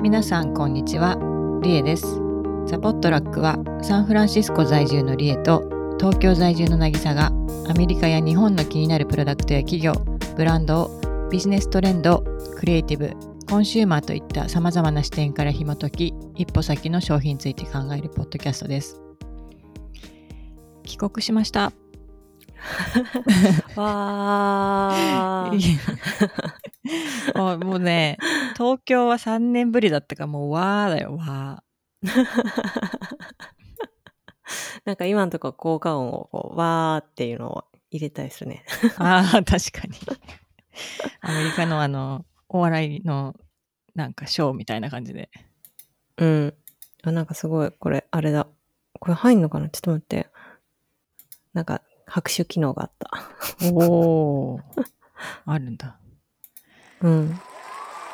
皆さんこんにちはリエですザ・ポットラックはサンフランシスコ在住のリエと東京在住の渚がアメリカや日本の気になるプロダクトや企業ブランドをビジネストレンドクリエイティブコンシューマーといったさまざまな視点から紐解き一歩先の商品について考えるポッドキャストです帰国しましたわーもう もうね東京は3年ぶりだったからもうわーだよわなんか今のとこ効果音をこう、わーっていうのを入れたいです ね。ーあー確かに アメリカのあのお笑いのなんかショーみたいな感じでうん。あ、なんかすごい、これ、あれだ。これ入んのかなちょっと待って。なんか、拍手機能があった。おお あるんだうん。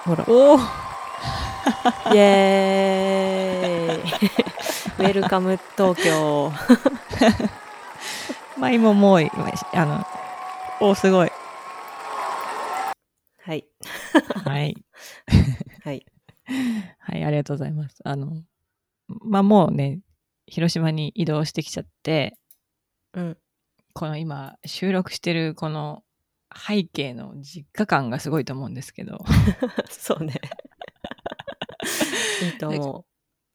ほら。おおイエーイ ウェルカム東京。まあ今もう今あのおおすごいはい。はいはい。はい、ありがとうございます。あの、まあ、もうね、広島に移動してきちゃって、うん。この今、収録してるこの背景の実家感がすごいと思うんですけど、 そうね。 いいと思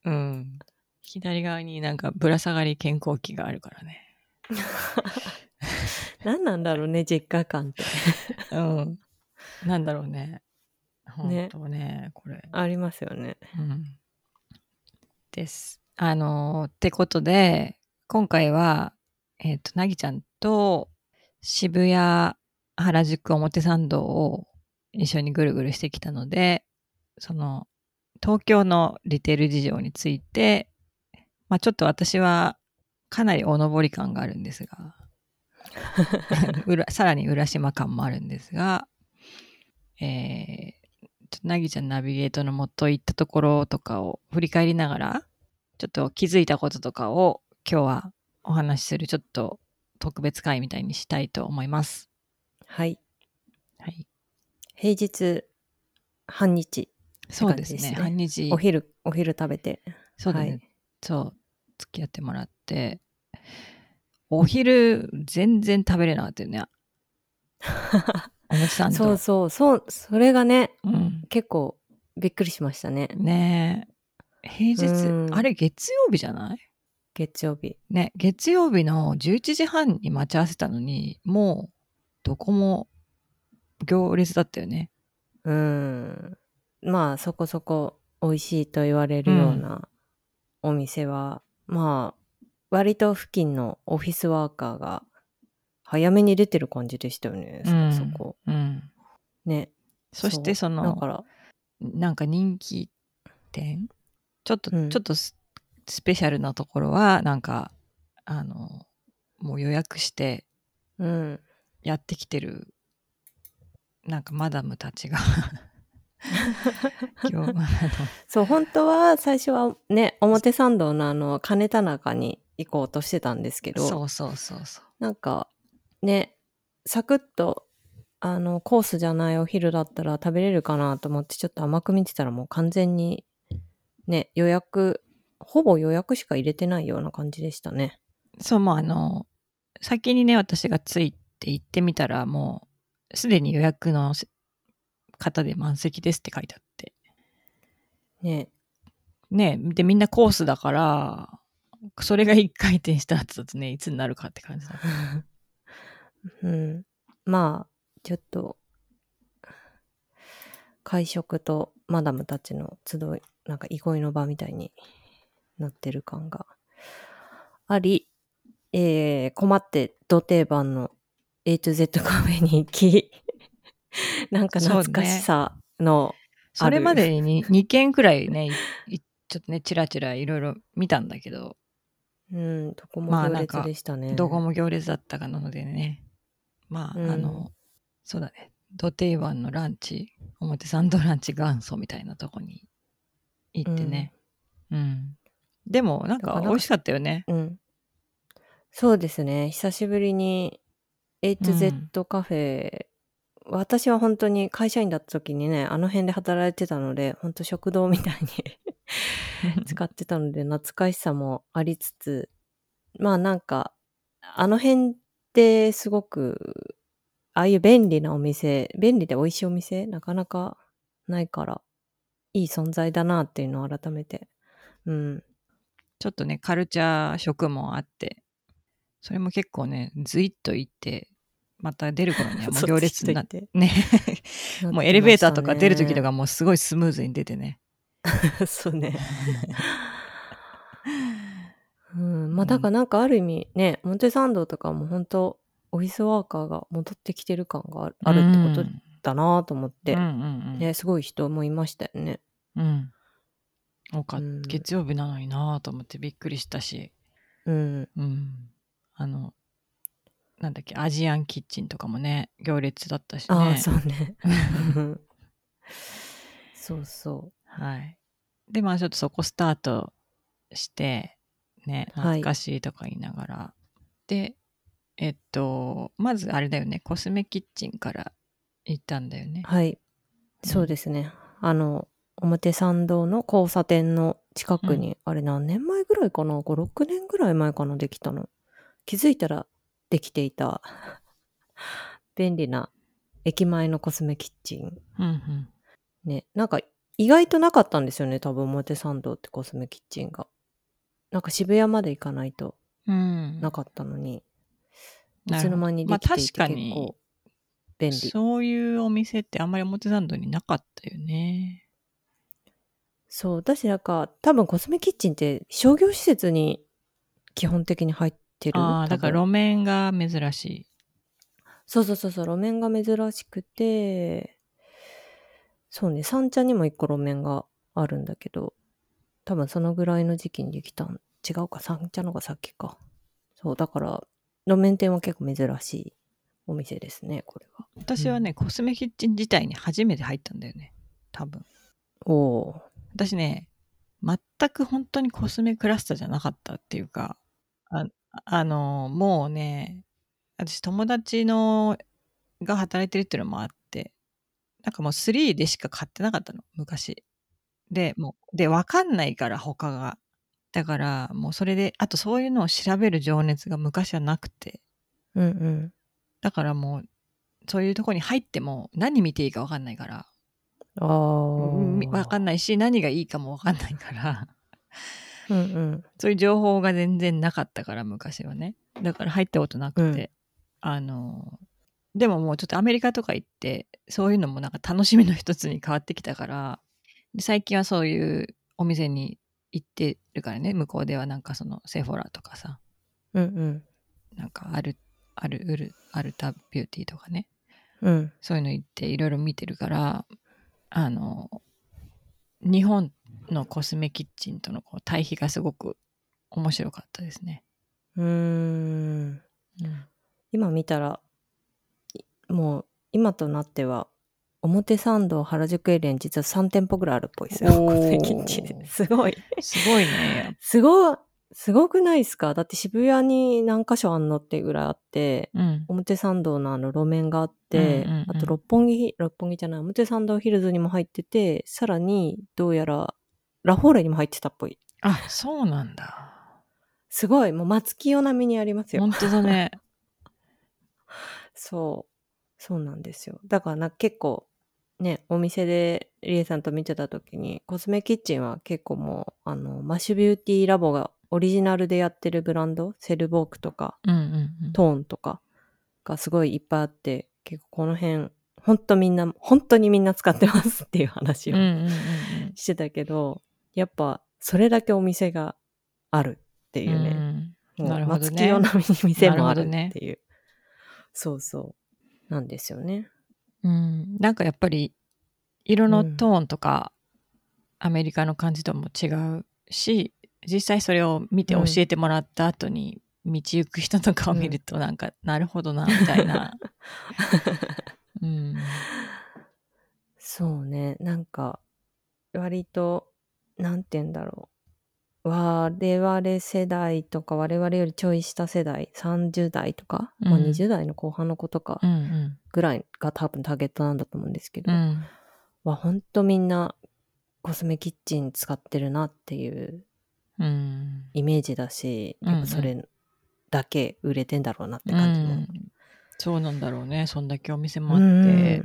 うん。左側になんかぶら下がり健康器があるからね。う。何なんだろうね、実家感って。うん。なんだろうね。本ね当ね、ねこれ。ありますよね。うんです。あのーってことで今回はえっ、となぎちゃんと渋谷原宿表参道を一緒にぐるぐるしてきたのでその東京のリテール事情について、まあ、ちょっと私はかなりおのぼり感があるんですが裏さらに浦島感もあるんですが、えーちょっとなぎちゃんナビゲートのもと行ったところとかを振り返りながら、ちょっと気づいたこととかを今日はお話しするちょっと特別会みたいにしたいと思います。はい。はい。平日、半日、そうですね。って感半日お、昼、お昼食べて。そうだね、はいそう、付き合ってもらって、お昼全然食べれなかった よね。おもちさんと。そうそう、そう、それがね、うん。結構びっくりしましたね。ねえ。平う日、んあれ月曜日じゃない月曜日。ね、月曜日の11時半に待ち合わせたのに、もうどこも行列だったよね。うん。まあ、そこそこ美味しいと言われるようなお店は、まあ、割と付近のオフィスワーカーが早めに出てる感じでしたよね、そうんそこ。うん。ね。そしてそだの、から、なんか人気店ちょっと、うんちょっとススペシャルなところは、なんか、あの、もう予約してうん。やってきてる、なんかマダムた ちが 今日、あのそう、本当は最初はね、表参道のあの、金田中に行こうとしてたんですけ ど、そうそうそうそう。なんかねサクッとあのコースじゃないお昼だったら食べれるかなと思ってちょっと甘く見てたらもう完全にね予約ほぼ予約しか入れてないような感じでしたねそう、もうあの、先にね、私がついて行ってみたら、もう、すでに予約のせ方で満席ですって書いてあって。ねねで、みんなコースだから、それが一回転した後だとね、いつになるかって感じだ。うんまあちょっと会食とマダムたちの集いなんか憩いの場みたいになってる感があり、えー困って土定番の A to Z カフェに行き なんか懐かしさの、それまでに2件くらいね、いいちょっとね、チラチラいろいろ見たんだけど、うんどこまあも行なんか列でしたね、どこも行列だったかなのでね、まあ、うんあの、そうだね、土定番のランチ、表参道ランチ元祖みたいなとこに行ってね。うん。でも、なんだかからなん美か味しかったよ ね。うん。そうですね。久しぶりに A to Z カフェ私は本当に会社員だった時にね、あの辺で働いてたので、本当食堂みたいに使ってたので、懐かしさもありつつ、まあなんか、あの辺ってすごく、ああいう便利なお店、便利で美味しいお店、なかなかないから、いい存在だなっていうのを改めて、うん、ちょっとね、カルチャー食もあって、それも結構ね、ずいっと行って、また出る頃にはもう行列になって そう、 ね、なってましたねもうエレベーターとか出る時とかもうすごいスムーズに出てね。そうね。うん、まあだからなんかある意味ね、モンテサンドとかも本当オフィスワーカーが戻ってきてる感があ るあるってことだなと思って、うんうんうん。ね、すごい人もいましたよね。うん。多かっうん月曜日なのになぁと思ってびっくりしたし、うん、うん。あの、なんだっけ、アジアンキッチンとかもね、行列だったしね。ああ、そう ね。うんそうそはい。で、まあちょっとそこスタートして、ね、は懐いかしいとか言いながら。で、えっと、まずあれだよね、コスメキッチンから行ったんだよねう。。はい、そうですね。あの表参道の交差点の近くに、あれ何年前ぐらいかな56年ぐらい前かなできたの気づいたらできていた 便利な駅前のコスメキッチンうんうん。ねなんか意外となかったんですよね多分表参道ってコスメキッチンがなんか渋谷まで行かないとうん、なかったのに、いなるほどつの間にできていてまあ確か結に構便利、そういうお店ってあんまり表参道になかったよね。そう、だしなんか、多分コスメキッチンって商業施設に基本的に入ってる。ああ、多分だから路面が珍しい。そうそうそうそう、路面が珍しくて、そうね、三茶にも一個路面があるんだけど、多分そのぐらいの時期にできたん、違うか、三茶のが先か。そう、だから、路面店は結構珍しいお店ですね、これは。私はね、コスメキッチン自体に初めて入ったんだよね。多分。おお私ね、全く本当にコスメクラスターじゃなかったっていうか、ああの、もうね、私友達のが働いてるっていうのもあって、なんかもう3でしか買ってなかったの、昔。で、もう、で、わかんないから、他が。だから、もうそれで、あとそういうのを調べる情熱が昔はなくて、ー。うんうん。だからもう、そういうとこに入っても何見ていいかわかんないから、あうんみあ。わかんないし、何がいいかもわかんないから。 うんうん。そういう情報が全然なかったから昔はねだから入ったことなくて、あのでももうちょっとアメリカとか行ってそういうのもなんか楽しみの一つに変わってきたからで最近はそういうお店に行ってるからね向こうではなんかそのセフォラとかさうんうん。なんかあるあるウルアルタビューティーとかねうん。そういうの行っていろいろ見てるからあの日本のコスメキッチンとのこう対比がすごく面白かったですね。うーん。うん今見たらいもう今となっては表参道原宿エリアに実は3店舗ぐらいあるっぽいですよおーコスメキッチンすごいすごいね。すごいすごくないですかだって渋谷に何箇所あんのってぐらいあってうん。表参道のあの路面があって、うんうんうんあと六本木六本木じゃない表参道ヒルズにも入っててさらにどうやらラフォーレにも入ってたっぽいあ、そうなんだ。すごいもう松木並みにありますよ本当だね。そう。そうなんですよ。だからな結構ね、お店でリエさんと見てた時に、コスメキッチンは結構もう、あの、マッシュビューティーラボがオリジナルでやってるブランド、セルボークとか、うんうんうん。トーンとかがすごいいっぱいあって、結構この辺、ほんとみんな、本当にみんな使ってますっていう話うんうをんうんうん。してたけど、やっぱそれだけお店があるっていうね。もうなるほどね松木用の店もあるっなるていう、そうそう。なんですよね。うん。うんなんかやっぱり、色のトーンとか、アメリカの感じとも違うし、実際それを見てう教んえてもらった後に、道行く人とかを見ると、なんか、なるほどな、みたい な。うん。そうね。なんか、割と、なんて言うんだろ我々世代とか我々よりちょい下世代30代とか、まあ、うん20代の後半の子とかうんぐらいが多分ターゲットなんだと思うんですけうど、んはほんとみんなコスメキッチン使ってるなっていううんイメージだし、うんうんやっぱそれだけ売れてんだろうなってう感じも。んそうなんだろうねそんだけお店もあうっんて、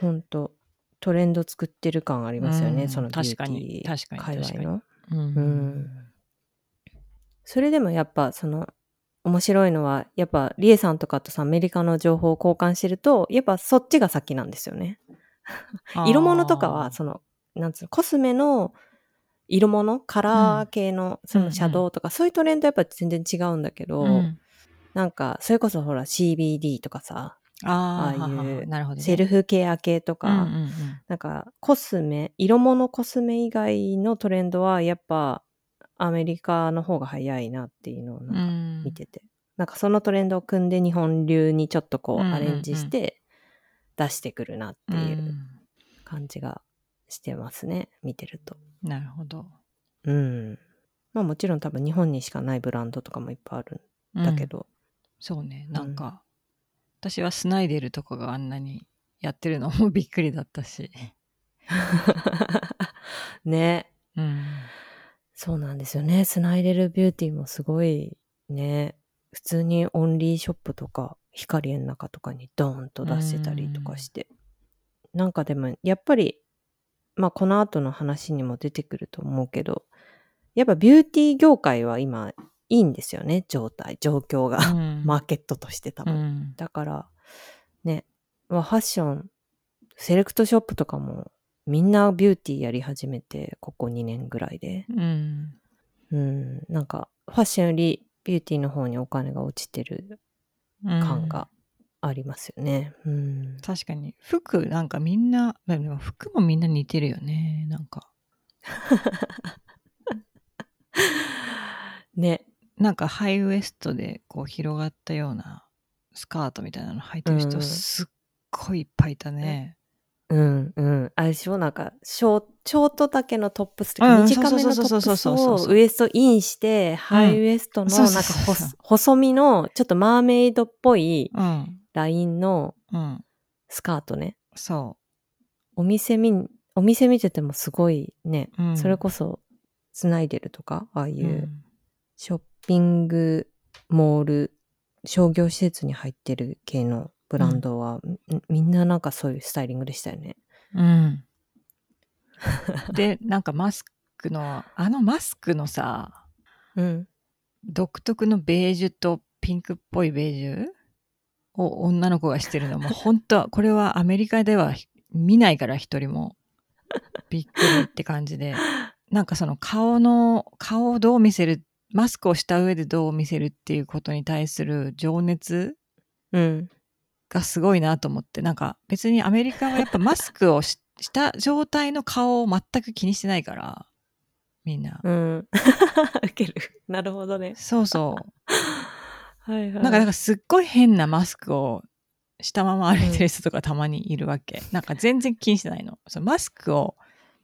ほんとトレンド作ってる感ありますよね、うんそのビューティー確かに確か界に隈の。うんうんそれでもやっぱその面白いのはやっぱリエさんとかとさアメリカの情報を交換してるとやっぱそっちが先なんですよね。あー色物とかはそのなんつうのコスメの色物カラー系のそのシャドウとか、そういうトレンドやっぱ全然違うんだけど、うんなんかそれこそほら CBD とかさあーああいうはははなるほどねセルフケア系とか、うんうんうんなんかコスメ色物コスメ以外のトレンドはやっぱアメリカの方が早いなっていうのをなんかうん見てて、なんかそのトレンドを組んで日本流にちょっとこううんうんうんアレンジして出してくるなっていううん感じがしてますね、見てると。なるほどうん。まあもちろん多分日本にしかないブランドとかもいっぱいあるんだけど。そうねなんか、私はスナイデルとかがあんなにやってるのもびっくりだった し、ね。うん、そうなんですよね。スナイレルビューティーもすごいね。普通にオンリーショップとか光の中とかにドーンと出してたりとかして。なんかでもやっぱり、まあこの後の話にも出てくると思うけど、やっぱビューティー業界は今いいんですよね。状態、状況が。マーケットとして多う分。んだから、ね、まあファッション、セレクトショップとかも、みんなビューティーやり始めて、ここ2年ぐらいで。うんうん、なんか、ファッションよりビューティーの方にお金が落ちてるうん感がありますよね。うん。確かに服なんかみんなでも服もみんな似てるよねなんかね。なんかハイウエストでこう広がったようなスカートみたいなの履いてるうん人すっごいいっぱいいたね、うんうん。あれでしょなんかショー、ショート丈のトップスとうか、ん短めのトそうそうそうそうッそうプスそをうウエストインして、ハイウエストの、そうなんそうかそうそう細細身の、ちょっとマーメイドっぽいうんラインのうんスカートね。そお店見、お店見ててもすごいね。う、うん、それこそ、つないでるとか、ああいううんショッピングモール、商業施設に入ってる系のブランドは、みみんななんかそういうスタイリングでしたよね。うん、でなんかマスクのあのマスクのさうん。独特のベージュとピンクっぽいベージュを女の子がしてるのもう本当はこれはアメリカでは見ないから一人もびっくりって感じでなんかその顔の顔をどう見せるマスクをした上でどう見せるっていうことに対する情熱うん。がすごいなと思ってなんか別にアメリカはやっぱマスクをしした状態の顔を全く気にしてないからみんな、 うん。ウケる。なるほどね。そうそ はいはうい。なんかなんか、かすっごい変なマスクをしたまま歩いてる人とかたまにいるわけ、なんか全然気にしてないのそのマスクを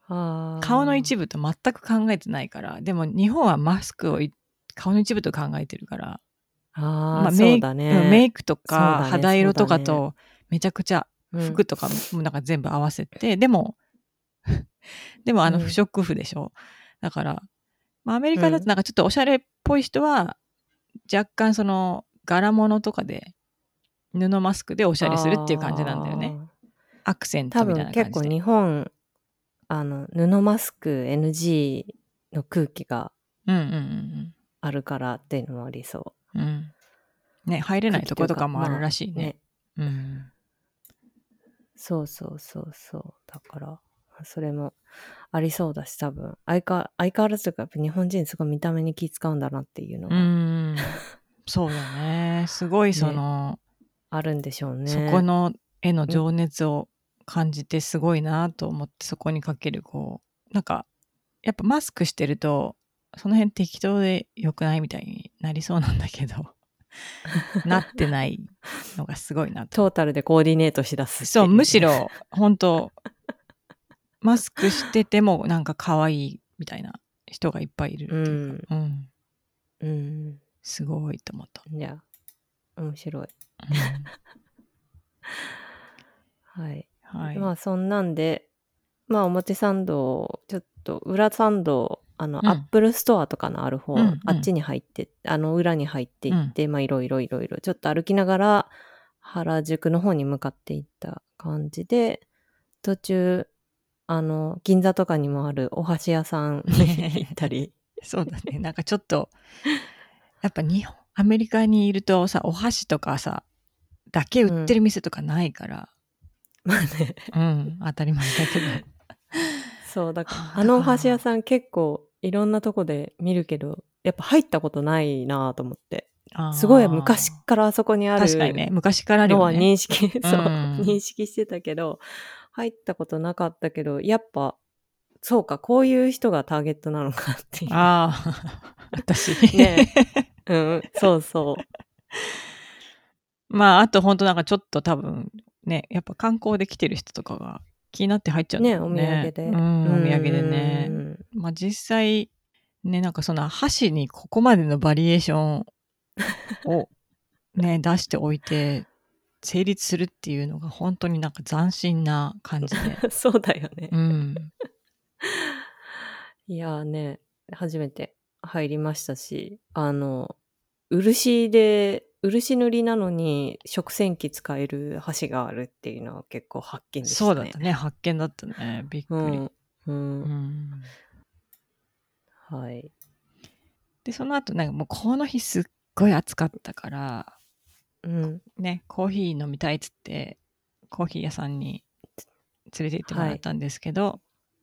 顔の一部。部と全く考えてないからでも日本はマスクをい顔の一部と考えてるからあー、まあメそイうクだうんメイね。クとそうだかね肌色とかそうとめちゃくちゃうん服とかもなんか全部合わせて、でも でもあのうん不織布でしょ、だから、まあ、アメリカだとなんかちょっとおしゃれっぽい人は若干その柄物とかで布マスクでおしゃれするっていう感じなんだよね。あーアクセン多トみたい分な結感構じで、日本、あの、布マスク NG の空気がうんうんうんあるからっていうのもありそうんうんね、入れう。ないとことかもあるらしいまあね。うんそうそうそうそう。だから、それもありそうだし、多分。相変わ相変わらずというか、やっぱ日本人すごい見た目に気使うんだなっていうのうがん、そうだねすごいその、あるんでしょうね。そこの絵の情熱を感じてすごいなと思ってそこにかけるこうなんかやっぱマスクしてるとその辺適当で良くないみたいになりそうなんだけ どなってないのがすごい なとトータルでコーディネートしだすっていそうむし。ろ本当マスクしててもなんか可愛いみたいな人がいっぱいいるっていうか、うんうん。すごいと思った。いや、面白い。はい。はい。まあ、そんなんで、まあ、表参道、ちょっと裏参道、あの、うんアップルストアとかのある方、うんうんあっちに入って、あの、裏に入っていって、まあ、いろいろいろいろ、ちょっと歩きながら、原宿の方に向かっていった感じで、途中、あの、銀座とかにもあるお箸屋さ ん行ったり、そうだね。なんかちょっと、やっぱ日本、アメリカにいるとさ、お箸とかさ、だけ売ってる店とかないから、まあね、うん、当たり前だ けど。そう、だからは、ああのお箸屋さん結構いろんなとこで見るけど、やっぱ入ったことないなぁと思って。あーすごい昔からあそこにある確かにね、昔からあるのよはね。認識、 そう、うん認識してたけど、入ったことなかったけど、やっぱ、そうか、こういう人がターゲットなのかっていう。ああ、 私。 ねうん、そうそう。 まあ、あと本当なんかちょっと多分、ね、やっぱ観光で来てる人とかが気になって入っちゃうんだね、ろおう土産で。うん、お土産でうね。んまあ実際、ね、なんかその箸にここまでのバリエーションを ね、出しておいて、成立するっていうのが本当になんか斬新な感じで。 そうだよね。うん。いやーね、初めて入りましたし、あの、漆で、漆塗りなのに食洗機使える箸があるっていうのは結構発見でしたね。そうだったね。発見だったね。びっくうり。ん。う。うんんはい。で、その後なんかもうこの日すっごい暑かったから、うん。ね、コーヒー飲みたいっつって、コーヒー屋さんに連れて行ってもらったんですけど、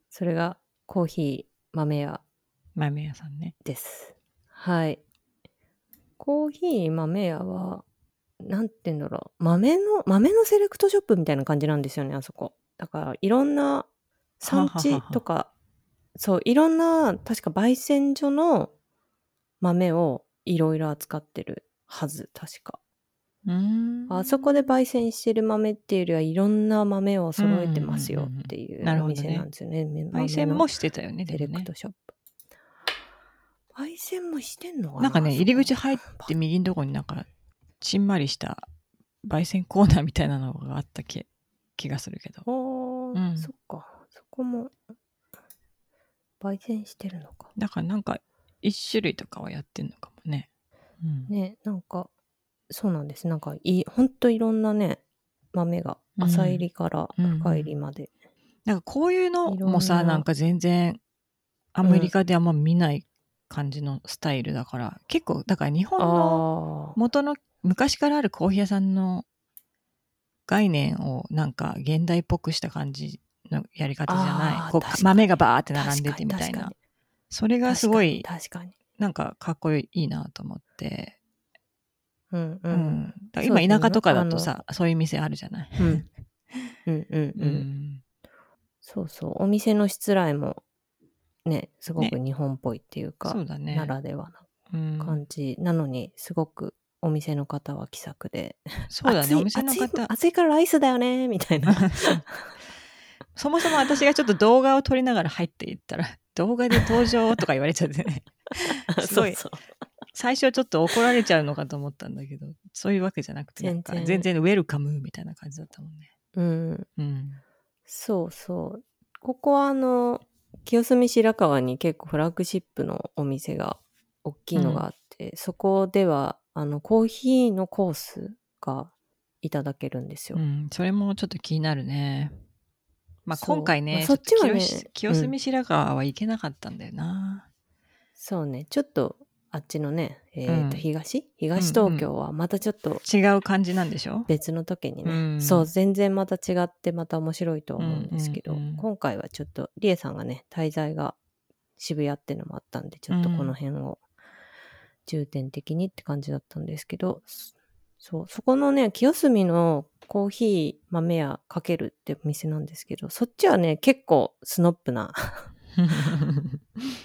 それがコーヒー豆屋豆屋さんね。です。はい。コーヒー豆屋は、なんて言うんだろう。豆の、豆のセレクトショップみたいな感じなんですよね、あそこ。だから、いろんな産地とか、そう、いろんな、確か焙煎所の豆をいろいろ扱ってるはず、確か。うーんあそこで焙煎してる豆っていうよりは、いろんな豆を揃えてますうんようんうんうんっていうなるほおどね店なんですよね。豆の焙煎もしてたよね、セでレもクねト。ショップ。焙煎もしてんのかななんかね、入り口っ入って右のとこになんか、ちんまりした焙煎コーナーみたいなのがあった気気がするけど。うんそっか。そこも、焙煎してるのか。だからなんか、一種類とかはやってんのかもね。うんね、なんか、そうなんです。なんか、いい、ほんといろんなね、豆が、うん浅入りからうん深入りまで。なんかこういうのもいさろんななんか全然アメリカであんま見ない感じのスタイルだから、結構だから日本のああ。元の昔からあるコーヒー屋さんの概念をなんか現代っぽくした感じのやり方じゃあなーいこう確かに豆がバーって並確んでかてにみた確いかなに。それがすごい確かに。なんかかっこいいなと思って、確かにうんううんん。だかそうだらね今田舎とかだとさそういう店あるじゃない、うん。うんうんううん。んそうそう。お店のしつらいも、ね、すごねく日本っぽいっていうか、そうだねならではうんな感じなのに、すごくお店の方は気さくで。そうだ暑ねいお店の暑い方暑いからライスだよね、みたい な。そもそも私がちょっと動画を撮りながら入っていったら、動画で登場とか言われちゃってね、 すごいそうそう最初はちょっと怒られちゃうのかと思ったんだけど、そういうわけじゃなくて、なんか全然全然ウェルカムみたいな感じだったもんね。うん。うん。そうそう。ここはあの、清澄白河に結構フラッグシップのお店が大きいのがあって、そこではあのコーヒーのコースがいただけるんですよ。うん、それもちょっと気になるね。まあそう今回ね、まあそっちはねちょっと清清澄白河は行けなかったんだよな。そうね、ちょっとあっちのね、えーとうん東東東京はまたちょっと違う感じなんでしょ別の時にね、うんそう全然また違ってまた面白いと思うんですけど、うんうんうん今回はちょっとリエさんがね滞在が渋谷ってのもあったんでちょっとこの辺を重点的にって感じだったんですけど、そそうそこのね清澄のコーヒー豆屋かけるってお店なんですけどそっちはね結構スノップな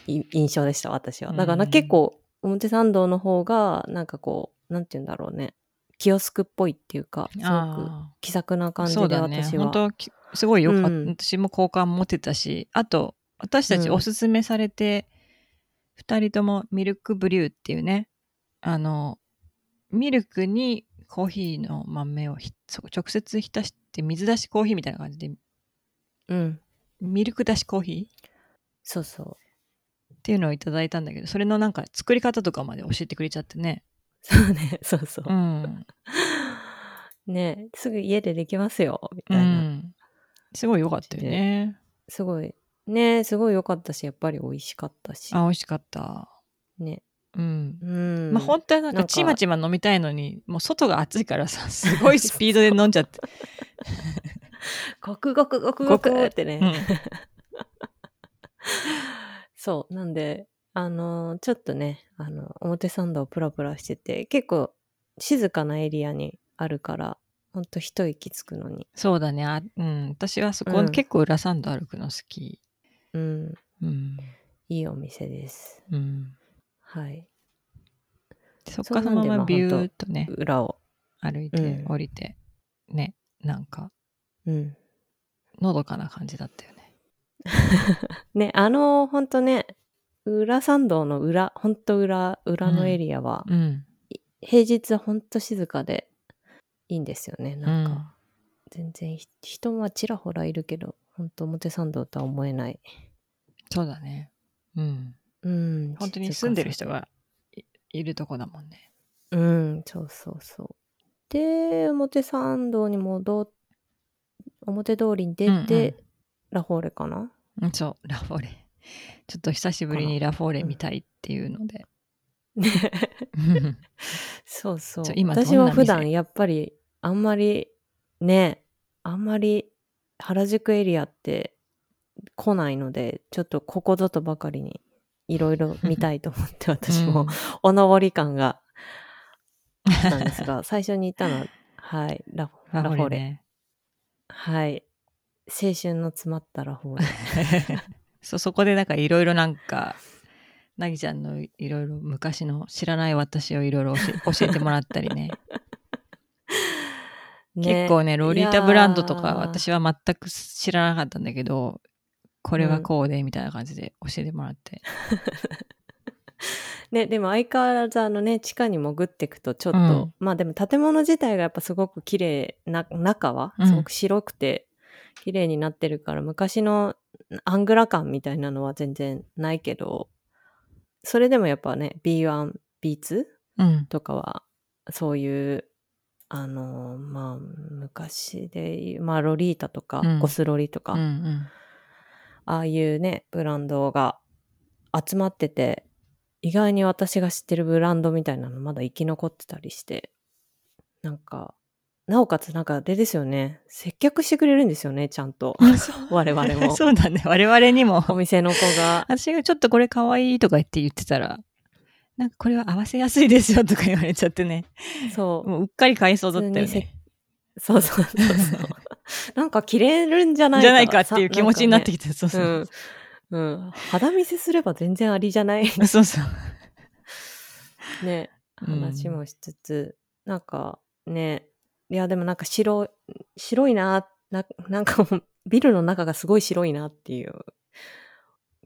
い印象でした私はだからなうん結構表参道の方がなんかこうなんて言うんだろうねキオスクっぽいっていうかすご くあ気さくなあ、感じでそうだね。私は。本当きすごいよかった、うん私も好感持てたし、あと私たちうんおすすめされて、二人ともミルクブリューっていうね、あの、ミルクにコーヒーの豆をひそ直接浸して水出しコーヒーみたいな感じで、うん。ミルク出しコーヒーそうそう。 っていうのをいただいたんだけど、それのなんか作り方とかまで教えてくれちゃってね。そうね。そうそうう。ん。ねすぐ家でできますよ。みうたいな。ん。すごい良かったよね。すごい。ねすごい良かったし、やっぱり美味しかったし。あ、美味しかった。ね。うんう。ん。まあ本当はなんなかんかちまちま飲みたいのに、もう外が暑いから さ、すごいスピードで飲んじゃって。ごくごくごくごくごくってね。うんそう。なんで、あのーちょっとね、あの、表参道をプラプラしてて、結構静かなエリアにあるから、ほんと一息つくのに。そうだね。あうん。私はそこ、うん結構裏サンド歩くの好き。うん。うん。いいお店です。うん。はい。そこからそそうなんのでまままあビューっとね、裏を。歩いて、うん降りて、ね、なんか、うん。のどかな感じだったよね。ね、あのーほんとね、裏参道の裏、ほんと裏、裏のエリアは、うん。平日はほんと静かでいいんですよね。なんか、うん全然ひ人はちらほらいるけど、ほんと表参道とは思えない。そうだね。うん。うん。本当に住んでる人人がいいるとこだもんね。うん、そうそうそう。で、表参道に戻っ、表通りに出て、うんうんラフォーレかな うん、そう、ラフォーレ。 ちょっと久しぶりにラフォーレ見たいっていうの で。ねうんそうそうちょ。今どんな私は普段店やっぱり、あんまり、ね、あんまり原宿エリアって来ないので、ちょっとここぞとばかりに、いろいろ 見たいと思って私も、 おのぼり感があったんですが、最初に行ったのは、はい、ラフララフォフォーーレレ。ね。はい。青春の詰まったラフォ ーレ。そうそこでなんかいろいろなんか、なぎちゃんのいろいろ昔の知らない私をいろいろ教 え教えてもらったりね。ね結構ね、ロリータブランドといやかー私は全く知らなかったんだけど、これはこうでみたいな感じで教えてもらって。ね、でも相変わらずあのね、地下に潜っていくとちょっと、うんまあでも建物自体がやっぱすごく綺麗な、中はうんすごく白くて綺麗になってるから、昔のアングラ感みたいなのは全然ないけど、それでもやっぱね、B1、B2 うん。とかは、そういう、あのーまあ、昔で言う、まあ、ロリータとか、うんゴスロリとか、うんうん。ああいうね、ブランドが集まってて、意外に私が知ってるブランドみたいなのまだ生き残ってたりして、なんか、なおかつなんかあれですよね、接客してくれるんですよね、ちゃん と。我々も。そうだね。我々に も。お店の子が。私がちょっとこれ可愛いとか言って言ってたら、なんかこれは合わせやすいですよとか言われちゃって ね。そう。もううっかり買いそうだったよ普通にね。そうそう そうそう。なんか着れるんじゃないかじゃないかっていう気持ちになってききて、そうてそうう。ん。うん。肌見せすれば全然ありじゃないそうそう。 ね。うん話もしつつ、なんかねいやでもなんか白い白いなな なんかもうビルの中がすごい白いなっていう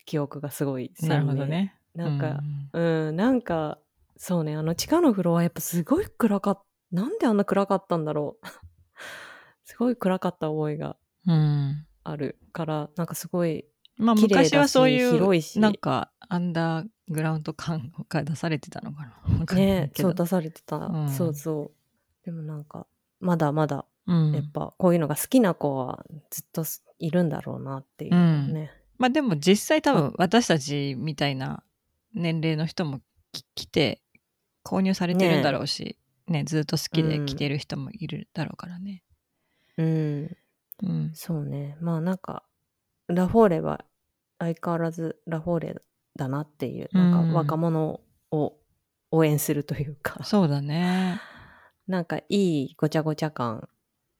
記憶がすごい鮮明なるほどね。なんうか、うん、なんかそうねあの地下のフロアやっぱすごい暗かったなんであんな暗かったんだろう すごい暗かった思いがうん。あるからなんかすごいまあ綺麗だし昔はそうい広う、いしなんかアンダーグラウンド感が出されてたのかな。わかんないねけどそう出されてた、うんそうそうでもなんかまだまだうんやっぱこういうのが好きな子はずっといるんだろうなっていうね。まあでも実際多分私たちみたいな年齢の人もき来て購入されてるんだろうし、ねずっと好きでうん来てる人もいるだろうからね。うん、うん。そうね。まあなんか、ラフォーレは相変わらずラフォーレだなっていう、なうんんか若者を応援するというか、そうだね。なんかいいごちゃごちゃ感、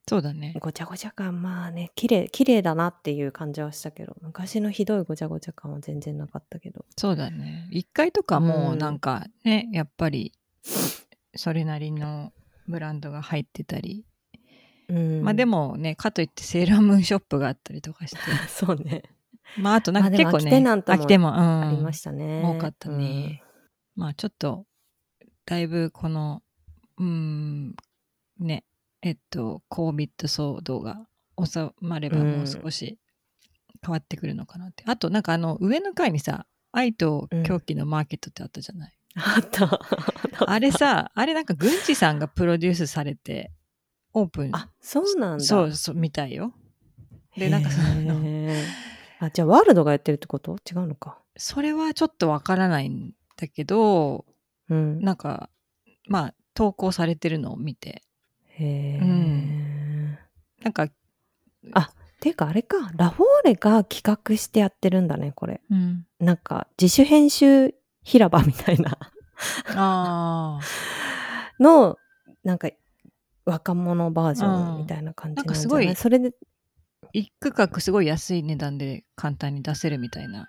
そうだね。ごちゃごちゃ感、まあね、綺麗綺麗だなっていう感じはしたけど、昔のひどいごちゃごちゃ感は全然なかったけど。そうだね。一回とかもううんなんかね、やっぱりそれなりのブランドが入ってたり。うん、まあでも、もね、かといってセーラームーンショップがあったりとかして。そうね。まあ、あとなんまかあで結も構飽きね、てなんても飽きても、うん。ありましたね。多かったね。まあちょっと、だいぶこの、うーん、ね、えっと、COVID 騒動が収まればうんもう少し変わってくるのかなって。あと、なんかあの、上の階にさ、愛と狂気のマーケットってあったじゃない。うん。あった。あれさ、あれなんか、ぐんちさんがプロデュースされて、オープンあ、そうなんだ。そうそう、みたいよ。で、なんかその、へーあ、じゃあワールドがやってるってこと違うのか。それはちょっとわからないんだけど、うん。なんか、まあ、投稿されてるのを見て、へーうなんか、ていうかあれか、ラフォーレが企画してやってるんだね、これ。うん、なんか自主編集平場みた いなああ、の、なんか若者バージョンみたいな感じなんじゃない、うんなんかすごいそれで、一区画すごい安い値段で簡単に出せるみたいな、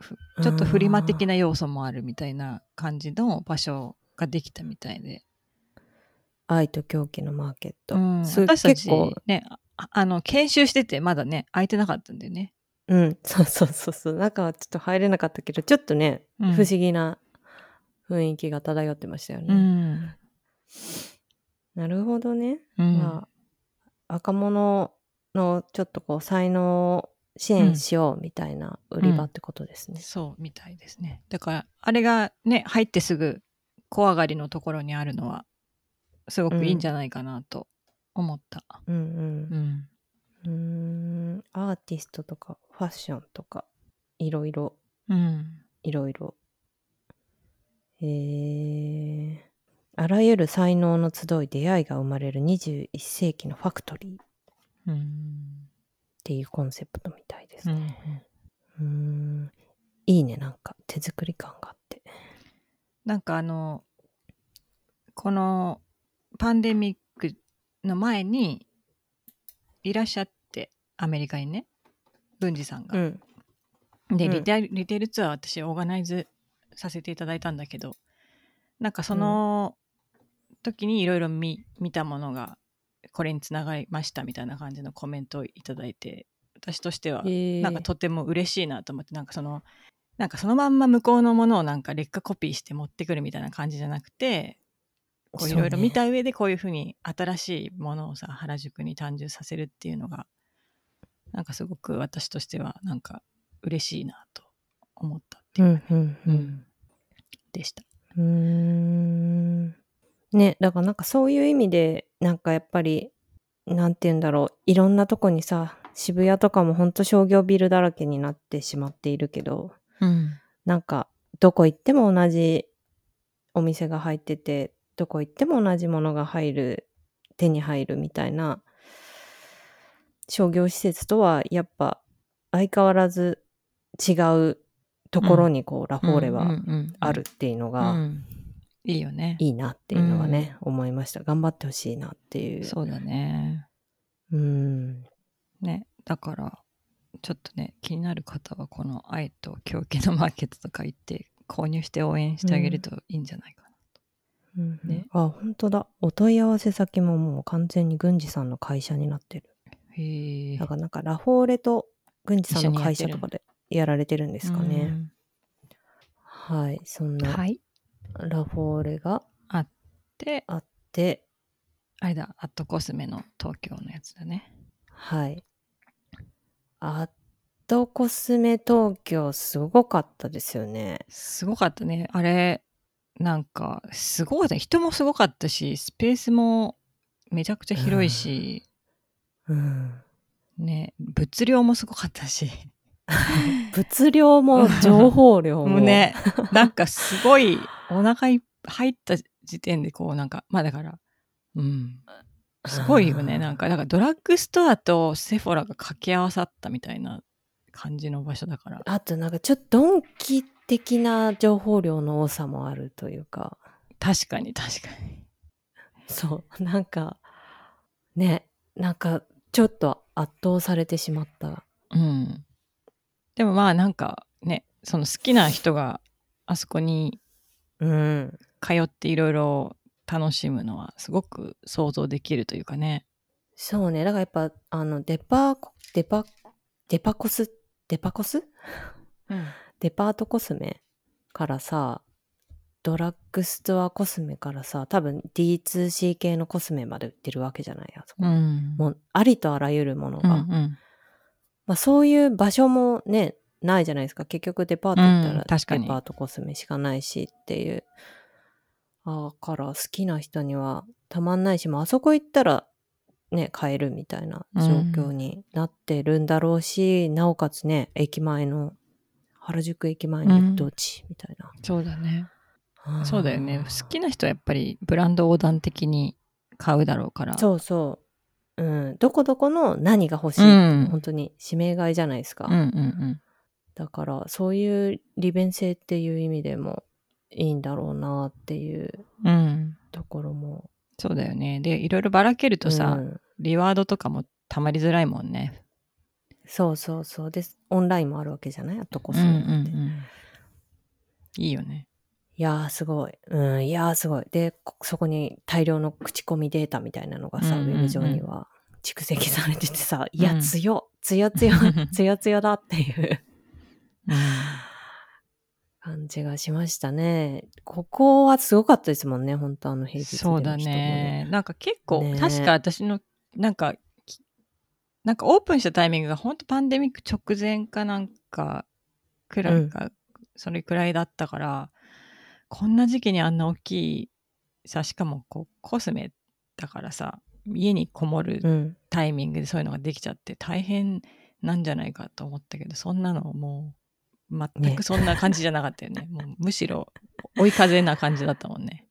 ふちょっとフリマ的な。な要素もあるみたいな感じの場所ができたみたいで、愛と狂気のマーケット。うん、す私たち結構ね、ああの、研修しててまだね、空いてなかったんだよね。うん、そうそうそうそう。中はちょっと入れなかったけど、ちょっとね、うん不思議な雰囲気が漂ってましたよね。うん。なるほどね。うんまあ、若者のちょっとこう才能を支援しようみたいな売り場ってことですね。そうみたいですね。だから、あれがね、入ってすぐ小上がりのところにあるのは、すごくいいんじゃないかなと思った。うんううんん。うーんアーティストとかファッションとかいろいろうん。いろいろ。えー、あらゆる才能の集い出会いが生まれる21世紀のファクトリーっうん。ていうコンセプトみたいですうね。んうーんいいねなんか手作り感があって。なんかあの、このパンデミックの前にいらっしゃって、アメリカにね、文治さんが。んで、うんリテールリテールツアー私オーガナイズさせていただいたんだけど、なんかその時にいろいろ見見たものがこれにつながりましたみたいな感じのコメントをいただいて、私としてはなんかとても嬉しいなと思ってなんかそのなんかそのまんま向こうのものをなんか劣化コピーして持ってくるみたいな感じじゃなくてこういそうねろいろ見た上でこういうふうに新しいものをさ原宿に誕生させるっていうのがなんかすごく私としてはなんか嬉しいなと思ったってういうんうんううんんでした。うーんね、だからなんかそういう意味で、なんかやっぱり、なんて言うんだろう、いろんなとこにさ、渋谷とかもほんと商業ビルだらけになってしまっているけど、うんなんかどこ行っても同じお店が入ってて、どこ行っても同じものが入る、手に入るみたいな商業施設とはやっぱ相変わらず違うところにこう、ラフォーレはあるっていうのが、うんいいよね。いいなっていうのはね、思いました。頑張ってほしいなっていう。そうだね。うん。ね、だから、ちょっとね、気になる方は、この愛と狂気のマーケットとか行って、購入して応援してあげるといいんじゃないかな。うんねあ、本当だ。お問い合わせ先ももう完全に郡司さんの会社になってる。へえだ。からなんかラフォーレと郡司さんの会社とかでやられてるんでですかね。はい。そんなはい。ラフォーレがで、あって、あれだ、アットコスメの東京のやつだね。はい。アットコスメ東京すごかったですよね。すごかったね。あれ、なんか、すごかった。人もすごかったし、スペースもめちゃくちゃ広いし、うん。ね、物量もすごかったし。物量も情報量もも。う ね、なんかすごいお腹いっぱい入った時点でこうなんか、まあだから、うん。すごいよね。なんか、だからドラッグストアとセフォラが掛け合わさったみたいな感じの場所だから。あとなんかちょっとドンキ的な情報量の多さもあるというか、確かに確かに。そう、なんか、ね、なんかちょっと圧倒されてしまった。うん。でもまあなんかね、その好きな人があそこにうん。通っていろいろ楽しむのはすごく想像できるというかね。そうね、だからやっぱ、あの、デパ、デパ、デパコスデパコスうん。デパートコスメからさドラッグストアコスメからさ多分 D2C 系のコスメまで売ってるわけじゃないあそこ、うん。もうありとあらゆるものうが、んうん。まあ、そういう場所もねないじゃないですか結局デパート行ったうん確からにデパートコスメしかないしっていう、あーから好きな人にはたまんないしもうあそこ行ったらね買えるみたいな状況になってるんだろうし、なおかつね駅前の原宿駅前の一等地みたいな、そうだね。あーそうだよね。好きな人はやっぱりブランド横断的に買うだろうから。そうそう、うん、どこどこの何が欲しい、うん本当に指名買いじゃないですか、うんうんだからそういう利便性っていう意味でもいいんだろうなっていううん。うん。ところも。そうだよね。で、いろいろばらけるとさ、うんリワードとかもたまりづらいもんね。そうそうそうです。オンラインもあるわけじゃないあとコうスんうんメって。いうん。いいよね。やーすごい。うん、いやーすごい。で、こそこに大量の口コミデータみたいなのがさ、うんうんうんウェブ上には蓄積されててさ、いうや、ん強っ、強強、 強強だっていううん感じがしましたね。ここはすごかったですもんね、本当あの平日でそうだの人もね。なんか結構、ね確か私の、なんか、きなんかオープンしたタイミングが本当パンデミック直前かなんかくらいか、それくらいだったから、こんな時期にあんな大きいさ、しかもこうコスメだからさ、家にこもるうん。タイミングでそういうのができちゃって大変なんじゃないかと思ったけど、そんなのもう全くそんな感じじゃなかったよ ね。もうむしろ追い風な感じだったもんね。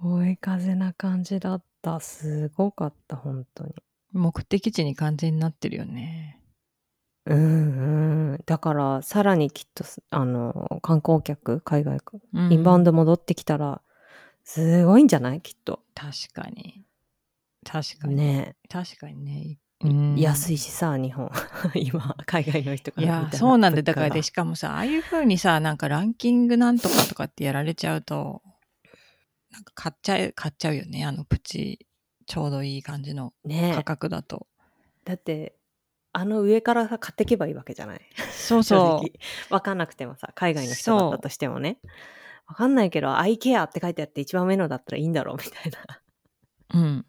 追い風な感じだった。すごかった、本当に。目的地に完全になってるよね。うんうん。だから、さらにきっと、あの、観光客、海外、うんインバウンド戻ってきたら、すごいんじゃないきっと。確かに。確かに。ね確かにね。安い。いしさ、日本。 今、海外の人かいら見たら。や、そうなんで、だからで、物しかもさ、ああいう風にさ、なんかランキングなんとかとかってやられちゃうと、なんか買っちゃう、買っちゃうよね。あのプチ、ちょうどいい感じの価がね価格だと。だって、あの上からさ買ってけばいいわけじ ゃないそう正そ直。わかんなくてもさ、海外の人だったとしてもね。わかんないけど、アイケアって書いてあって一番上のだったらいいんだろうみたいな。う。うん。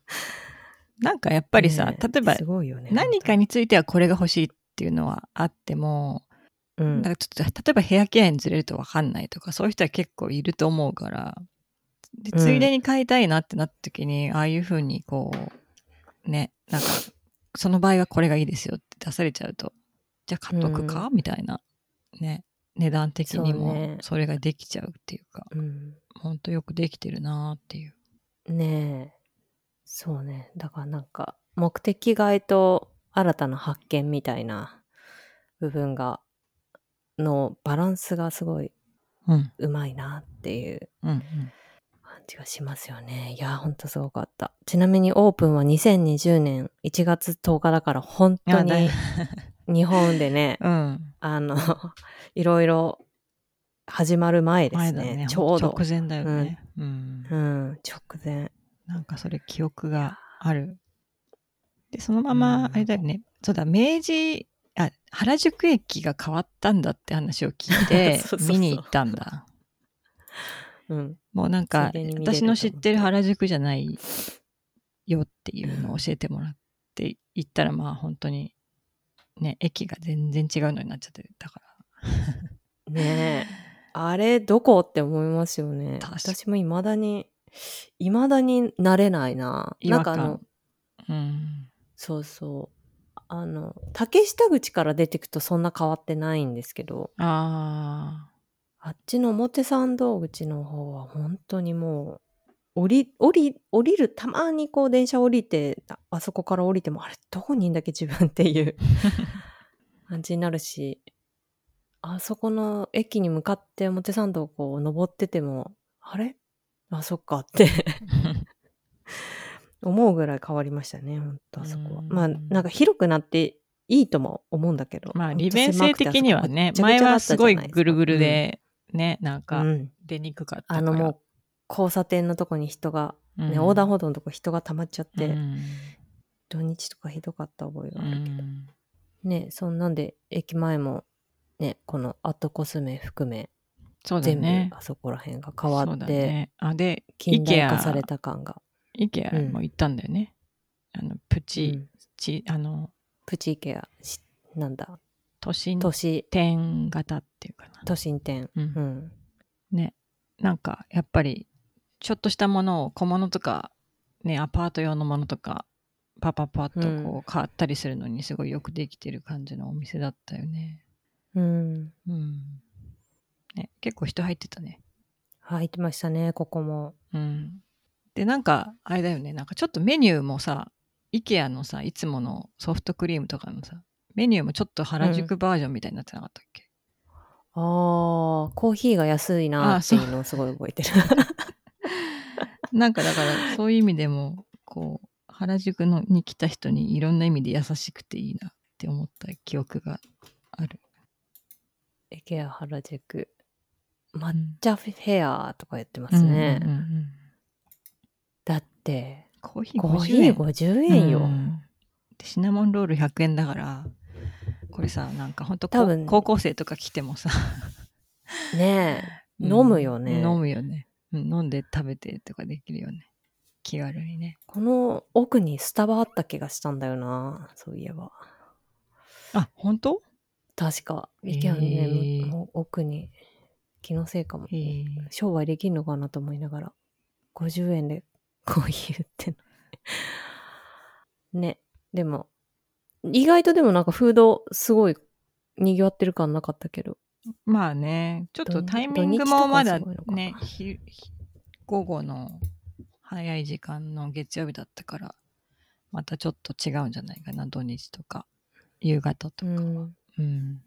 なんかやっぱりさ、ねえ例えばすごいよね何かについてはこれが欲しいっていうのはあっても、うだんからちょっと例えばヘアケアにずれると分かんないとかそういう人は結構いると思うからでうんついでに買いたいなってなった時に、ああいうふうにこうねなんかその場合はこれがいいですよって出されちゃうとじゃあ買っとくか、みたいなね値段的にそうねもそれができちゃうっていうかうんほんとよくできてるなっていう。ねえそうねだからなんか目的外と新たな発見みたいな部分がのバランスがすごいうんうまいなっていううんうん、感じがしますよねいやほんとすごかったちなみにオープンは2020年1月10日だから本いや当だい に日本でねうんあのいろいろ始まる前です前だねねちょうど直前だよね、うんうん直前なんかそれ記憶がある。で、そのまま、あれだよね、そうだ、明治、あ、原宿駅が変わったんだって話を聞いて そうそう、そう見に行ったんだ。うんもうなんかついでに、見れる私の知ってる原宿じゃないよっていうのを教えてもらって行ったら、まあ本当に、ね、駅が全然違うのになっちゃってたから。ねえあれどこって思いますよね確か私もいまだにいまだになれないな違なん和かあ感のうん。そうそうあの竹下口から出てくとそんな変わってないんですけどああっちの表参道口の方は本当にもう降り降り降りるたまにこう電車降りてああそこから降りてもあれどこにいんだっけ自分っていう 感じになるしあそこの駅に向かって表参道をこう登っててもあれあそっかって あ。思うぐらい変わりましたね本当あそこはうんまあなんか広くなっていいとも思うんだけどまあほんと利便性的にはね、前はすごいぐるぐる、で、ね、なん狭くてあそこめっかちゃぐちゃだったじゃないですかうん、うん出にくかったから。あのもう交差点のとこに人が、うねん、横断歩道のとこ人が溜まっちゃって、うん土日とかひどかった覚えうがあるけど、んねそんなんで駅前もね、このアットコスメ含め、そうだ全部ね。あそこら辺が変わそうっだて、ね、あ、で、近代 IKEA 化された感が。う IKEA んも行ったんだよね。あの、プうチ、んチ、あの、プチイケア、しなんだ、都心都市、店型っていうかな。都心店。う。うんん。ね。なんか、やっぱり、ちょっとしたものを小物とか、ね、アパート用のものとか、パパパッとうこう買ったりするのにすごいよくできてる感じのお店だったよね。うん。うん。ね、結構人入ってたね。入ってましたね、ここも。うん。で、なんか、あれだよね。なんかちょっとメニューもさ、IKEA のさ、いつものソフトクリームとかのさ、メニューもちょっと原宿バージョンみたいになってなかったっけ、ああ、コーヒーが安いなっていうのをすごい覚え てる。なんかだ から、そういう意味でも、こう、原宿のに来た人にいろんな意味で優しくていいなって思った記憶がある。イケア原宿。抹うん茶フェアとかやってますね。うんうんうんうんだって、コーヒーコー50ヒ円ー50円よ。うんでシナモンロール100円だから、これさ、なんか本当多分高校生とか来てもさ、ねえ、 飲むよね。飲むよね、うん飲んで食べてとかできるよね気軽にねこの奥にスタバあった気がしたんだよな、そういえば。あ本当確か、イケアのへね、ーもう奥に気のせいかも。へえ商売できんのかなと思いながら、50円でコーヒー売ってんの。ね、でも、意外とでもなんかフードすごい賑わってる感なかったけど。まあねちょっと土タイミング土日ともかまだすごいのかなねひひ午後の早い時間の月曜日だったからまたちょっと違うんじゃないかな土日とか夕方とうかは、うんん、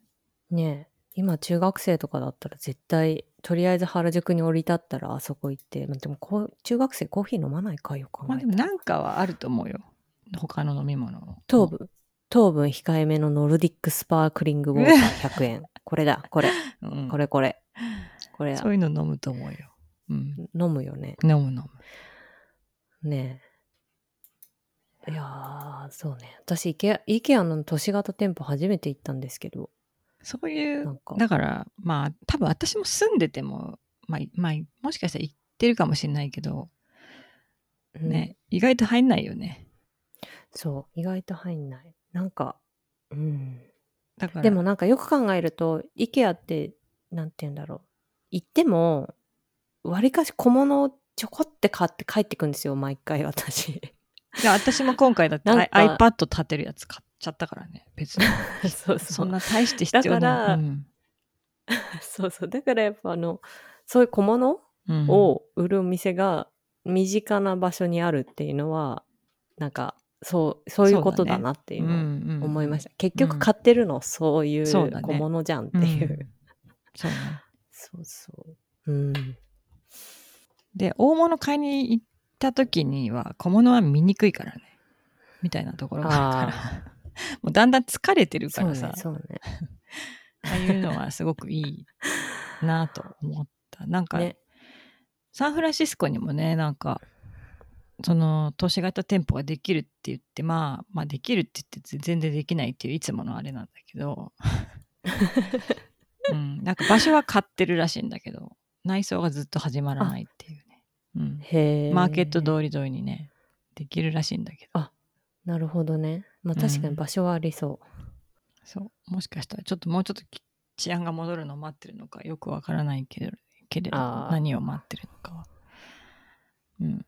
ねえ今中学生とかだったら絶対、とりあえず原宿に降り立ったらあそこ行って、まあでもこう中学生コーヒー飲まないかよ、考えたまあらでもなんかはあると思うよ他の飲み物も糖分、糖分控えめのノルディックスパークリングウォーター100円。 これだ、これ、うんこれこれ。これ、そういうの飲むと思うよ、うん、飲むよね。飲む飲むねえ。いやー、そうね。私、イケア、イケアの都市型店舗初めて行ったんですけど、そういなうんかだからまあ多分私も住んでても、まあいまあ、もしかしたら行ってるかもしれないけど、うんね意外と入んないよねそう、意外と入んない。なんか、うん。だからでもなんかよく考えると、イケアって、なんて言うんだろう。行っても、わりかし小物をちょこって買って帰ってくんですよ、毎 回私。いや私も今回だってなんか I- iPad 立てるやつ買っちゃったからね別にそうそそんな大して必要だかならうんそうそう。だからやっぱあの、そういう小物うんを売るお店が身近な場所にあるっていうのは、なんか、そう、そういうことだなっていううのをんうん思いました。結う局ん買ってるの、そういうそうだね小物じゃんってうんいう。そうねそうそう。うん。で大物買いに行った時には小物は見にくいからねみたいなところがあるから もうだんだん疲れてるかそうらねさ、そうね。ああいうのはすごくいいなと思った。なんか、ねサンフランシスコにもね、なんか、その都市型店舗ができるって言って、まあ、まあできるって言って全然できないっていういつものあれなんだけ ど、うん、なんか場所は買ってるらしいんだけど、内装がずっと始まらないっていうね。へうえ。ん、マーケット通り沿いにね、できるらしいんだけど、なるほどね。まあうん確かに場所はありそそう、もしかしたらちょっともうちょっとき治安が戻るのを待ってるのかよくわからないけれど、けれどあー何を待ってるのかは。うん。う。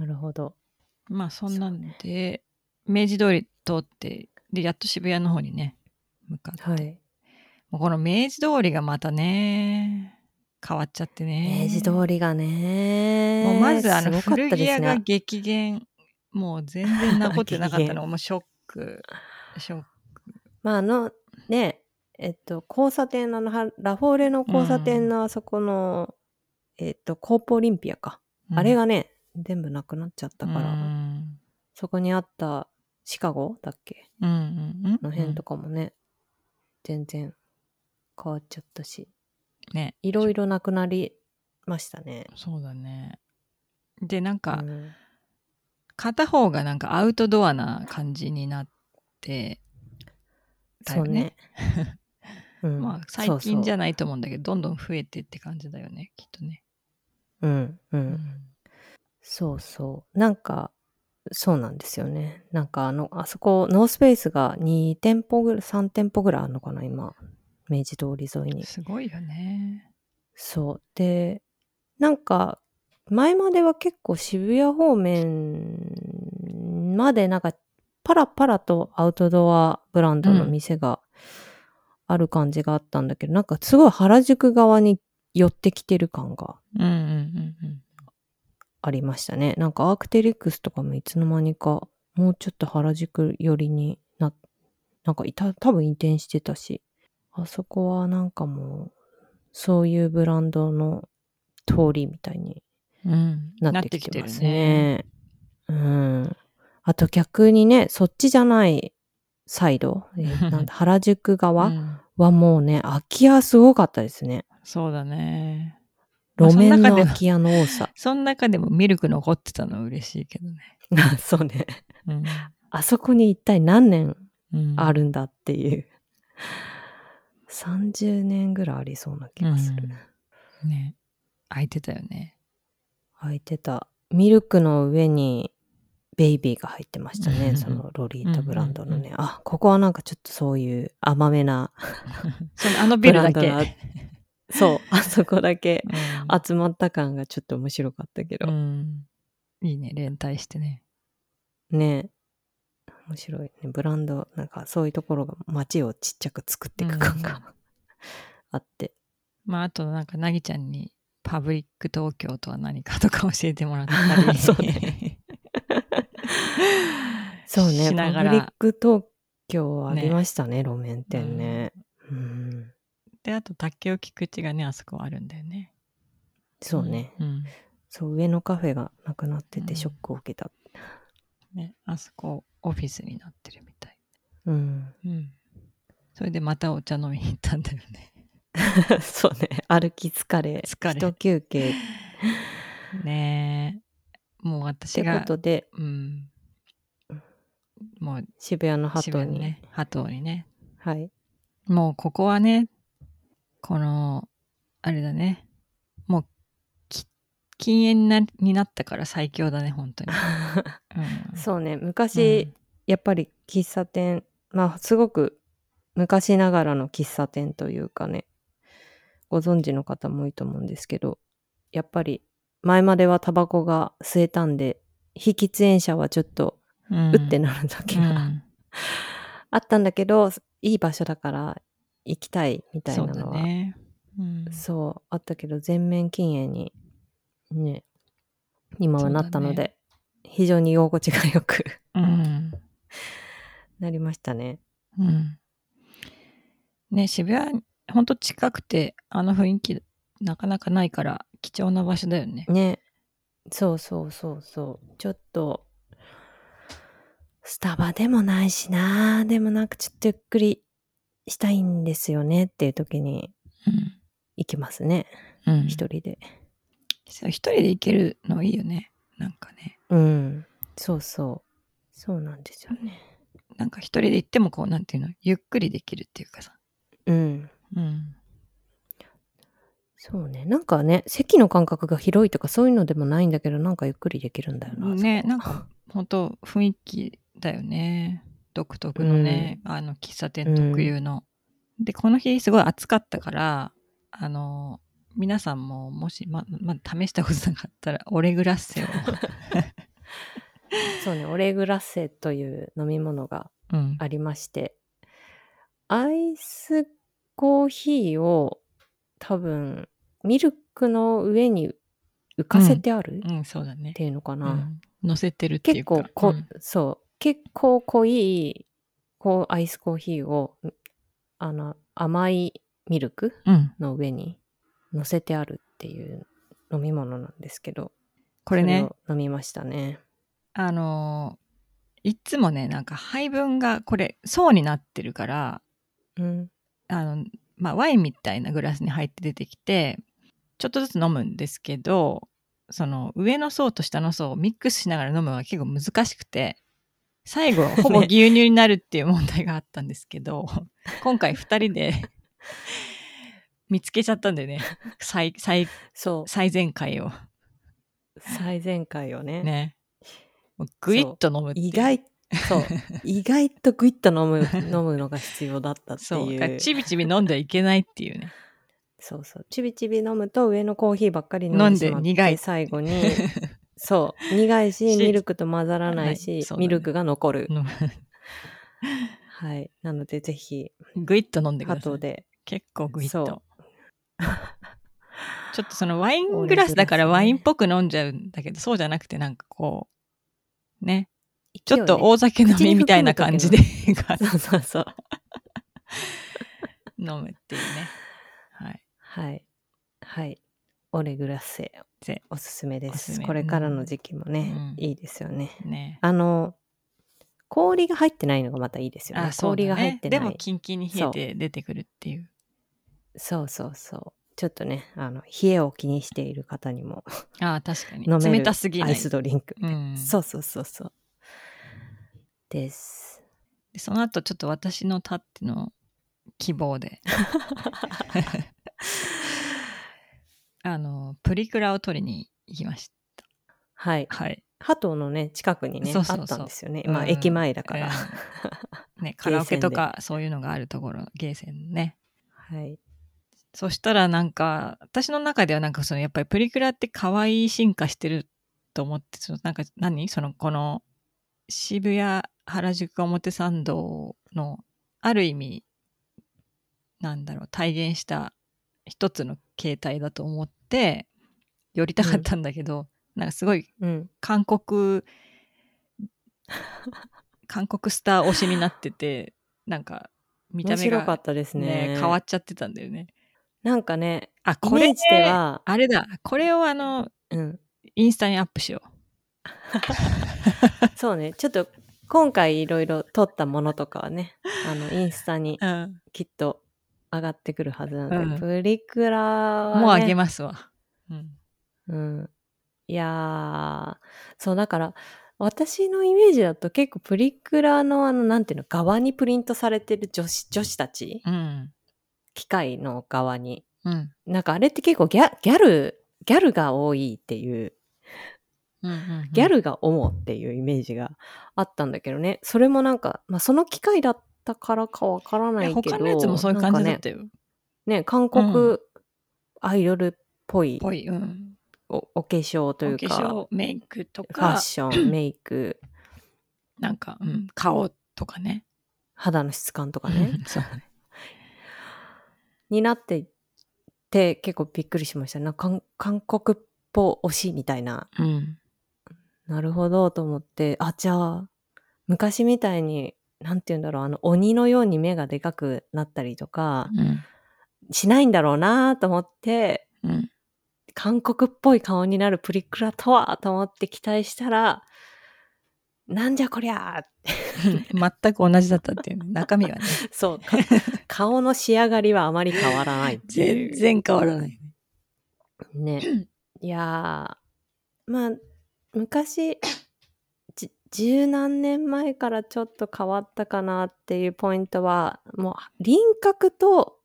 なるほど。まあそんなんで、明治通り通ってでやっと渋谷の方にね向かって、はい。もうこの明治通りがまたね変わっちゃってね明治通りがね。もうまずあのすごかっ古た着です屋がね。激減もう全然残ってなか った激のもうショックショックまああのねえっと交差点のあのはラフォーレの交差点のあそこの、えっとコープオリンピアか、あれうんがね全部なくなっちゃったから、うんそこにあったシカゴだっけうんうんうんの辺とかもね、全然変わっちゃったしねいろいろなくなりましたね。そうだねでなんか、うん片方がなんかアウトドアな感じになってだそよ うね。うんまあ最近じゃなないと思うんだけどどんどん増えてって感じだよねきっとね。いうんううんそうそう。なんか、そうなんですよね。なんかあの、あそこ、ノースペースが2店舗ぐらい、3店舗ぐらいあるのかな、今。明治通り沿いにん、。すごいよね。そう。で、なんか、前までは結構渋谷方面までなんか、パラパラとアウトドアブランドの店がある感じがあったんだけど、なんかすごい原宿側に寄ってきてる感がうんうんうんうん。ありましたね。なんかアークテリックスとかもいつの間にかもうちょっと原宿寄りにな、なんかいた、多分移転してたし、あそこはなんかもう、そういうブランドの通りみたいにうん、なってきてますなってね。うん。あと逆にね、そっちじゃないサイド、え ーなんだ原宿きて側、るねうんはもうね、空き家すごかったですね。そうだね。まあ路面そのの中では。空き家の多さ その中でもミルク残ってたのは嬉しいけどね。そうね。うんあそこに一体何年うん、あるんだっていう。30年ぐらいありそうな気がする。うんね。空いてたよね。空いてた。ミルクの上にベイビーが入ってましたうんね。そのロリータブランドのうんうんね。あ、ここはなんかちょっとそういう甘めな、そのあのビルだけ。ブランドだそう、あそこだけうん集まった感がちょっと面白かったけどう。ん、いいね、連帯してね。ね面白いね。ブランド、なんかそういうところが街をちっちゃく作っていく感うんが あって。まあ、あとなんか、なぎちゃんに、パブリック東京とは何かとか教えてもらったり。 そうね。そうね。しながパブリッら。ク東京ありましたね、路面店ね。うん。 で、あと、竹尾菊池がね、あそこはあるんだよね。そうね、うん。そう、上のカフェがなくなってうんてショックを受けた。ね、あそこ、オフィスになってるみたい。うん。うん。それで、またお茶飲みに行ったんだよ ね。 そうね。歩き疲れ。疲れ一休憩。ねえ。もうと私いうがこ、とで、うん。もう、渋谷のハトに。ね。鳩にね、はい。もうここはね、この、あれだね。もう、き禁煙になになったから最強だね、本当に。 うん、そうね。う昔、んやっぱり喫茶店まあすごく昔ながらの喫茶店というかねご存知の方も多いと思うんですけどやっぱり前まではタバコが吸えたんで非喫煙者はちょっとうんうってなる時うが、んあったんだけどいい場所だから行きたいみたいそなうだのはそう,、ね。うん、あったけど全面禁煙にね今はなったのそうだで、非常に居心地が良く うん。なりましたね。うん。ね、渋谷、ほんと近くて、あの雰囲気、なかなかないから、貴重な場所だよね。ねそうそうそうそうちょっとスタバでもないしなでもなんかちょっとゆっくりしたいんですよねっていう時に行きますねうん。うん、一人でそう一人で行けるのいいよね。なんかね。うんそうそうそうなんですよねなんか一人で行っても、こう、なんていうの、ゆっくりできるっていうかさ。うんうん。そうねなんかね席の間隔が広いとかそういうのでもないんだけどなんかゆっくりできるんだよなねなんか本当雰囲気だよね独特のね、あの喫茶店特有の、でこの日すごい暑かったからあの皆さんももしままだ試したことなかったらオレグラッ セを、 そうねオレグラッセという飲み物がうん、ありましてアイスコーヒーを多分ミルクの上に浮かせてある、うんそうだねっていうのかうな、ん乗せてるってい結うか構こ、うんそう結構濃いこうアイスコーヒーをあの甘いミルクうんの上に乗せてあるっていう飲み物なんですけどこれねそを飲みましたねあのいつもねなんか配分がこれ層になってるからうんあの、まあ、ワインみたいなグラスに入って出てきてちょっとずつ飲むんですけどその上の層と下の層をミックスしながら飲むのが結構難しくて 最後ほぼ牛乳になるっていう問題があったんですけど、今回2人で見つけちゃったんだよね。最、最、そ最前回を。う。最前回をね。ね。もうグイッと飲むっていう意外、 そう。意外とグイッと飲む、 飲むのが必要だったってそう。いだからう。ちびちび飲んではいけないっていうね。そうそう。ちびちび飲むと上のコーヒーばっかり飲ん飲んででしまって苦い最 後に、そう。苦いし、しミルクと混ざらないはいし、そうだねミルクが残る。飲はい。なので、ぜひ、むグイッと飲んでく加ださ藤い。で。結構グイッそうと。 ちょっとそのワイングラスだからワインっぽく飲んじゃうんだけど、そうじゃなくてなんかこう、ね。ちょっと大酒飲みみたいな感じでそうそうそう。 飲むっていうね。はい。はい。はい。オレグラッセぜ、おすすめでおすす。すめこれからの時期もね、うんいいですよね。ね。あの、氷が入ってないのがまたいいですよね。そうだ氷ねが入ってない。でもキンキンに冷えて出てくるっていう。そうそうそう。ちょっとね、あの、冷えを気にしている方にも、ああ、確かに。飲める冷たすぎアなイい。スドリンク。うん、そうそうそうそう。です。でその後ちょっと私のたっての希望 で あのプリクラを取りに行きましはい。たはい、鳩のね、近くにね、そうそうそうあったんですよね。うんまあ、駅前だから。うん ね、カラオケとかそういうのがあるところゲーセンねはい。そしたらなんか私の中ではなんかそのやっぱりプリクラって可愛い進化してると思ってそのなんか何そのこの渋谷原宿表参道のある意味なんだろう体現した一つの形態だと思って寄りたかったんだけど、なんかすごいうん。韓国韓国スター推しになっててなんか見た面目白かっが、たですね、ね。変わっちゃってたんだよね。なんかね、あ、イこメれージでは、あれだ。これをあの、うん。インスタにアップしよそうね、ちょっと今回いろいろ撮ったものとかはね、あの、インスタにう。うん。きっと上がってくるはずなので、うんプリクラは、ね、もうあげますわ。うん。うん。いやー、そうだから、私のイメージだと結構プリクラのあの、なんていうの、側にプリントされてる女子、女子たち、うん。機械の側に。うん。なんかあれって結構ギャギャル、ギャルが多いっていう、うんうんギャルが主っていうイメージがあったんだけどね、それもなんか、まあ、その機会だったからかわからいなやいけど、他のやつもそういう感じだなっんかたよ。ねね、韓国うアイドルっぽいぽい。うん。お,、お化粧というお化か、粧、メイクとファッか、ション、メイク、なんか、うん、顔とかね。肌の質感とかね、そうだね。になってて結構びっくりしました。なんか韓韓国っぽ推しみたいな、うん。なるほどと思って、あ、じゃあ、昔みたいに、なんて言うんだろう、あの、鬼のように目がでかくなったりとか、うん。しないんだろうなと思って、うん。韓国っぽい顔になるプリクラとはと思って期待したら、なんじゃこりゃ全く同じだったっていうね、中身はね。ー そう。か顔の仕上がりはあまり変わらないっていう。全然変わらない。ね。 いやー、まあ、昔、じ十何年前からちょっと変わったかなっていうポイントは、もう輪郭と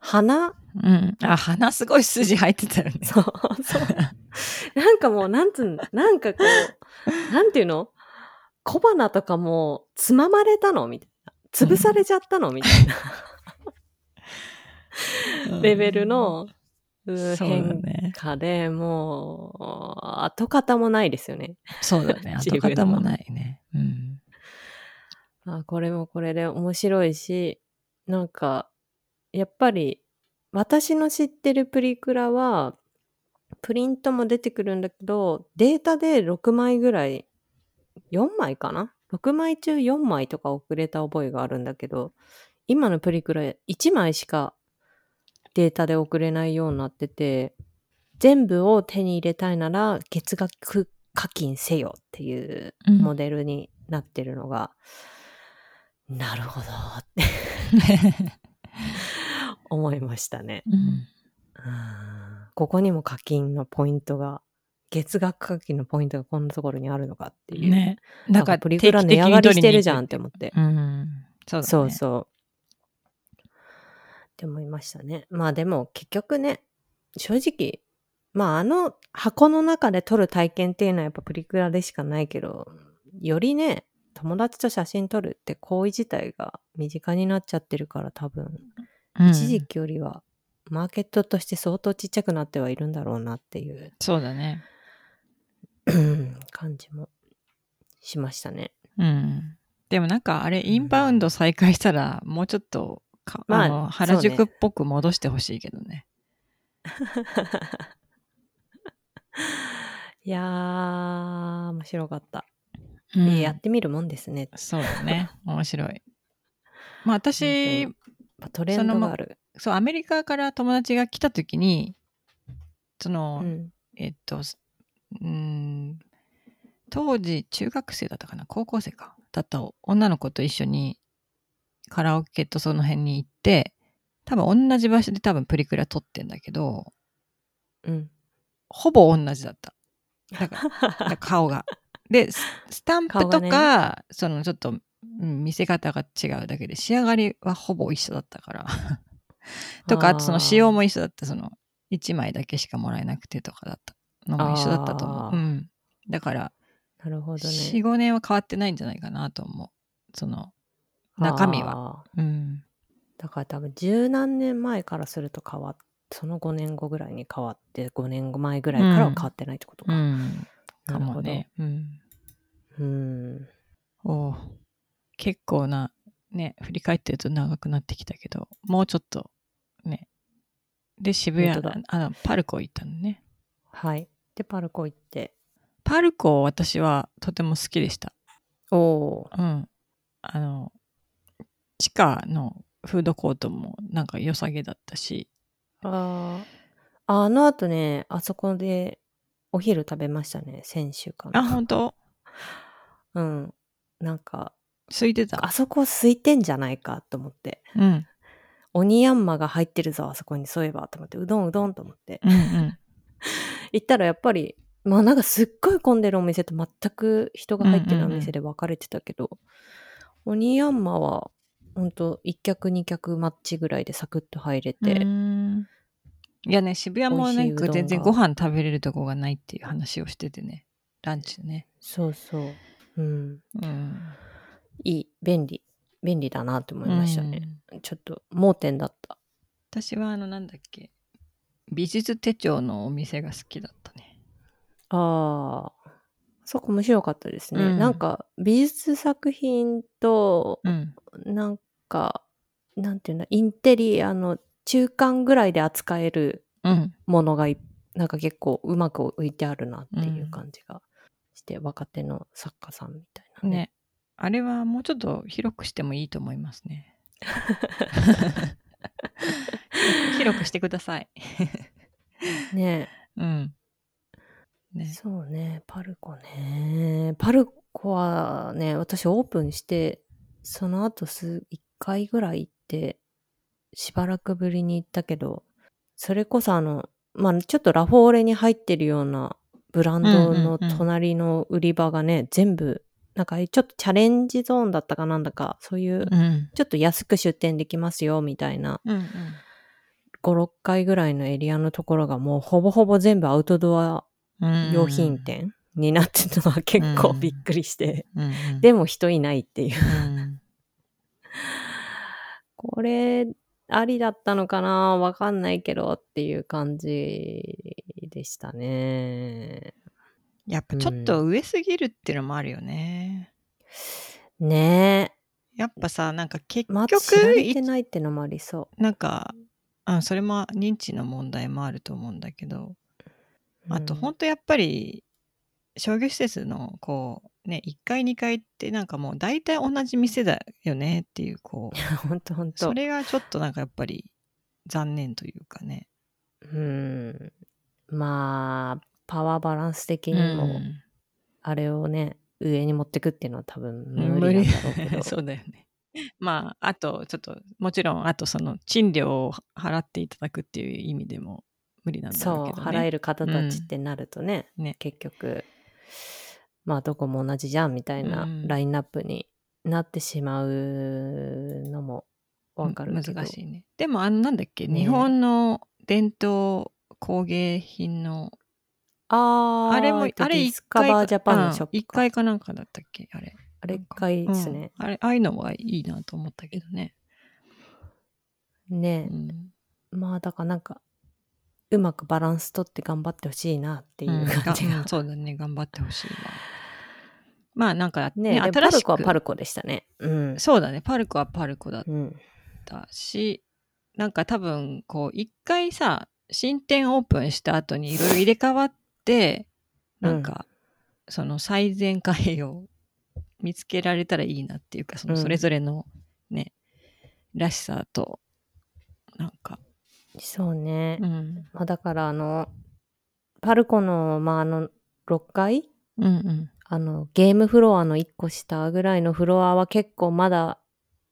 鼻 うん。あ、鼻すごい筋入ってたよね。そう、そう。 なんかもう、なんつうん、なんかこう、なんていうの小鼻とかもう、つままれたのみたいな。潰されちゃったのみたいなレベルの、うんそうだ変ね。化で、もう、跡形もないですよね。そうだね。 自分跡の形もないね。うん。あこれもこれで面白いし、なんか、やっぱり、私の知ってるプリクラは、プリントも出てくるんだけど、データで6枚ぐらい、4枚かな ?6 枚中4枚とか遅れた覚えがあるんだけど、今のプリクラ1枚しかデータで送れないようになってて、全部を手に入れたいなら月額課金せよっていううんモデルになってるのが、なるほどって 思いましたね。 うんうんここにも課金のポイントが、月額課金のポイントがこんなところにあるのかっていう。ね。なだんからかプリクラ値上がりしてるじゃんって思って。うん。そうだね。そうそう。って思いましたね。まあでも結局ね、正直、まああの箱の中で撮る体験っていうのはやっぱプリクラでしかないけど、よりね、友達と写真撮るって行為自体が身近になっちゃってるから多分、うん一時期よりはマーケットとして相当ちっちゃくなってはいるんだろうなっ ていうそうだね。うん感じもしましたね。うん。でもなんかあれ、インバウンド再開したら、もうちょっとか、まああの、原宿っぽく戻してほしいけどね。いやー、面白かった。うえんーやってみるもんですね。そうだね。面白い。まあ 本当私に、やっぱトレンドがある。そう、アメリカから友達が来た時に、そうの、ん。えっと、すうーん、当時中学生だったかな、高校生か、だった女の子と一緒にカラオケとその辺に行って、多分同じ場所で多分プリクラ撮ってんだけど、うん。ほぼ同じだった。だ から顔が。で、ススタンプと顔か、がそのちょっと、うん見せ方が違うだけで、仕上がりはほぼ一緒だったから。 とか、あとその仕様も一緒だった。その、1枚だけしかもらえなくてとかだったのも一緒だったと思あう。ーうん。だから、なるほど4、ね。 5年は変わってないんじゃないかなと思う。その、中身は。は。うん。だから多分十何年前からすると変わっその5年後ぐらいに変わって、5年前ぐらいからは変わってないってことうか。ん。なかるほもど。ね。うん。うん。おう結構な、ね、振り返ってると長くなってきたけど、もうちょっと、ね。で、渋谷本当だ、あの、パルコ行ったのね。はい。で、パルコ行って。パルコ私はとても好きでした。おおうん。あの、地下のフードコートもなんか良さげだったし、ー。あーあの後ね、あそこでお昼食べましたね。先週かあ、な。本当うん。なんか、空いてたあ。そこ空いてんじゃないかと思って。うん。うん鬼ヤンマが入ってるぞ、あそこにそういえばと思って、うどんうどんと思って。うん。行ったらやっぱり、まあなんかすっごい混んでるお店と全く人が入ってないお店で分かれてたけど、鬼ヤンマは、ほんと1客2客マッチぐらいでサクッと入れて、うーんいやね、渋谷もなんか全然美味しいうごどん飯食べれるとこがないっていう話をしててね、ランチね。そうそう。うん。うん。いい、便利。便利だなって思いましたね。うんちょっと盲点だった。私はあの、なんだっけ、美術手帳のお店が好きだったね。ああ。そこ面白かったですね。うんなんか美術作品とうん。なんか、なんていうんだ、インテリアの中間ぐらいで扱えるうん。ものがい、なんか結構うまく浮いてあるなっていううん感じがして、若手の作家さんみたいなね。ね。あれはもうちょっと広くしてもいいと思いますね。広くしてください。ねうん。ね。そうね、パルコね。パルコはね、私オープンして、その後す、1回ぐらい行って、しばらくぶりに行ったけど、それこそあの、まあちょっとラフォーレに入ってるようなブランドのうんうんうん隣の売り場がね、全部、なんかちょっとチャレンジゾーンだったかなんだか、そういう、うん。ちょっと安く出店できますよ、みたいなうんうん。 5、6回ぐらいのエリアのところがもうほぼほぼ全部アウトドアうん用品。店になってたのは結構うんびっくりして、うんうん、でも人いないっていう。うん、これ、ありだったのかなわかんないけどっていう感じでしたね。やっぱちょっと上すぎるっていうのもあるよね。ねやっぱさ、なんか結え。局、まあ、知られいてないってのもありそなんか、あそれも認知の問題もあると思うんだけど、う。あとうん本当やっぱり商業施設のこうね1階2階ってなんかもう大体同じ店だよねって いうこう本当本そ当。れがちょっとなんかやっぱり残念というかね。うん。まあ、パワーバランス的にうも、んあれをね、上に持ってくっていうのは多分無無理理 なんだろうけ ど。そうだよね。まああとちょっともちろんあとその賃料を払っていただくっていう意味でも無理なんだろうそけう、ど、ね、払える方たちってなるとね、うんね結局、まあ、どこも同じじゃんみたいなうんラインナップになってしまうのもわかるけど。難しいね。でもあのなんだっけ、ね日本の伝統工芸品のあーあれもえっとあれディ一スカ回バージャパンのショッうん一プか。回かなんかだったっけあれ。あれ一回ですね。うんあれああいうのはいいなと思ったけどね。うねえん、まあだからなんか、うまくバランス取って頑張ってほしいなっていうんう感じがうがん。そうだね頑張ってほしいわ。まあなんかねねえ、でパ新ルしコはくパルコでしたね。うん。そうだねパルコはパルコだっうん。たし、なんか多分こう一回さ新店オープンした後にいろいろ入れ替わってなんか、その最善回を見つけられたらいいなっていうかそのうんそれぞれのね、らしさとなんか、そうね。うん、まあだからあの、パルコの、まああの、6階うんうんあの、ゲームフロアの1個下ぐらいのフロアは結構まだ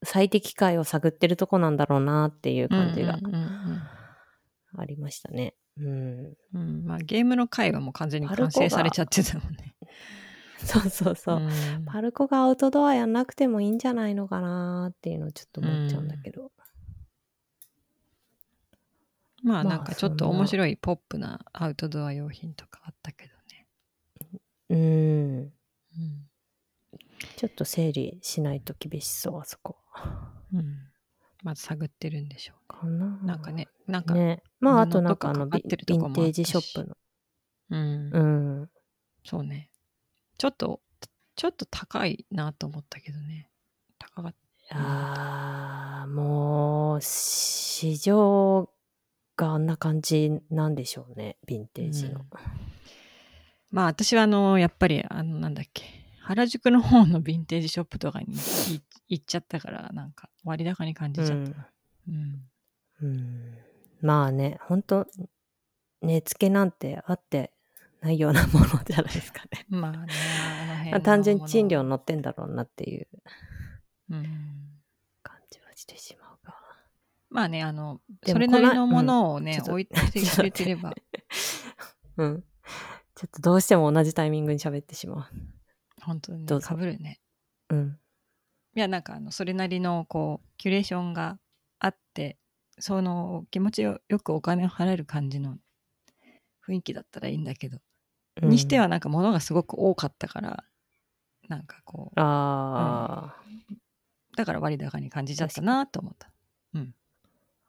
最適解を探ってるとこなんだろうなっていう感じがうんうんうんありましたね。うん。うんまあ、ゲームの回はもう完全に完成されちゃってたもんね。そうそうそう。んパルコがアウトドアやんなくてもいいんじゃないのかなーっていうのをちょっと思っちゃうんだけど。まあまあなんかちょっとそんな面白いポップなアウトドア用品とかあったけどね。うん。うんちょっと整理しないと厳しそう、あそこ。うん、まず探ってるんでしょうか。かななんか。ね、なんか、ね。まあ、あ布となんかあとかの、かかビってるヴとィこンもテあったしージショップの。うん、うん。そうね。ちょっと、ちょっと高いなと思ったけどね。高かっあー、もう、市場があんな感じなんでしょうね、ヴィンテージの。まあ私はあの、やっぱり、あの、なんだっけ、原宿の方のヴィンテージショップとかにい行っちゃったから、なんか割高に感じちゃったな。うんうんまあね、ほんと、値付けなんてあってないようなものじゃないですか ね。まあね、あの辺の単純に賃料も乗ってんだろうなっていうの。うん感じはしてしまうが。まあね、あの、でそもれなりのこないものをうんちねょっ、と置いてくれて れば、うん。ちょっとどうしても同じタイミングに喋ってしま本当にどうぞかぶるね。う。うん。いや、なんかあの、それなりの、こう、キュレーションがあって、その気持ちよよくお金を払える感じの雰囲気だったらいいんだけど、うんにしてはなんか物がすごく多かったから、なんかこう、あー、だから割高に感じちゃったなと思った。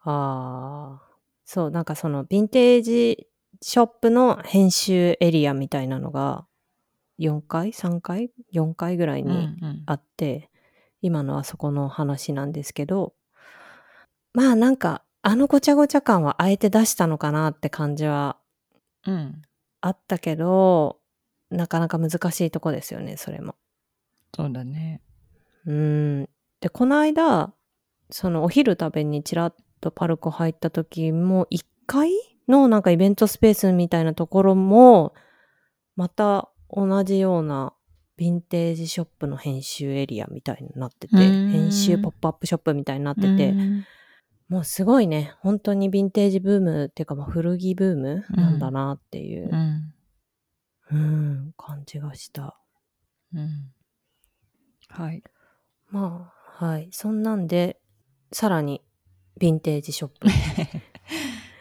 あー。そう、なんかそのヴィンテージショップの編集エリアみたいなのが4階 ?3 階 ?4 階ぐらいに、うんあって今のあそこの話なんですけどまあなんかあのごちゃごちゃ感はあえて出したのかなって感じはうん。うん。あったけどなかなか難しいとこですよねそれも。そうだね。うんでこの間そのお昼食べにちらっとパルコ入った時も1階のなんかイベントスペースみたいなところもまた同じようなヴィンテージショップの編集エリアみたいになっててうーん編集ポップアップショップみたいになっててうんもうすごいね本当にヴィンテージブームっていうかまあ古着ブームなんだなっていう、うん。うん感じがした。うん。はい。まあ、はい。そんなんで、さらに、ヴィンテージショップ。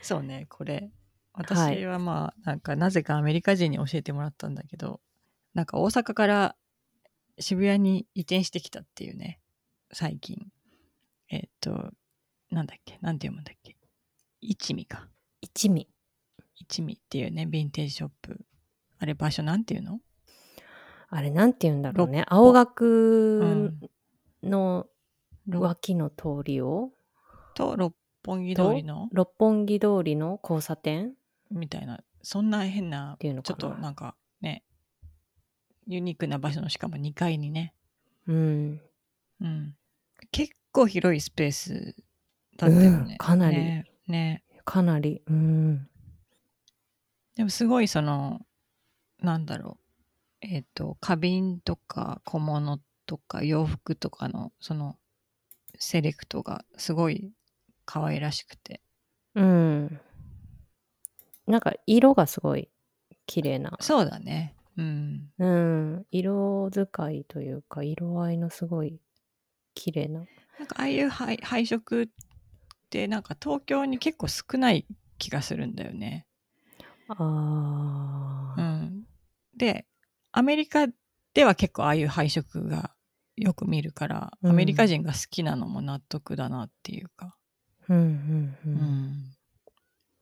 そうね、これ。はい私はまあ、なんかなぜかアメリカ人に教えてもらったんだけど、なんか大阪から渋谷に移転してきたっていうね、最近。えっと、なんだっけ、なんて読むんだっけ。一味か。一味。一味っていうね、ヴィンテージショップ。あれ、場所なんていうのあれ、なんて言うんだろうね。六個青う学ん。の六脇の通りを、と六本木通りの六本木通りの交差点っみたいな、そんな変な、ていうのちょかっな。となんかね、ユニークな場所のしかも2階にね、うん。うん、結構広いスペースだったよね。うんかなりねねかなり、うん。でもすごいそのなんだろうえっ、と花瓶とか小物とか洋服とかのそのセレクトがすごい可愛らしくてうん。なんか、色がすごい綺麗な。そうだねうんうん。色使いというか、色合いのすごい綺麗な。なんかああいう配配色ってなんか東京に結構少ない気がするんだよね。あうあ、ん、でアメリカでは結構ああいう配色がよく見るから、うんアメリカ人が好きなのも納得だなっていうか、うん、うん、う。うんん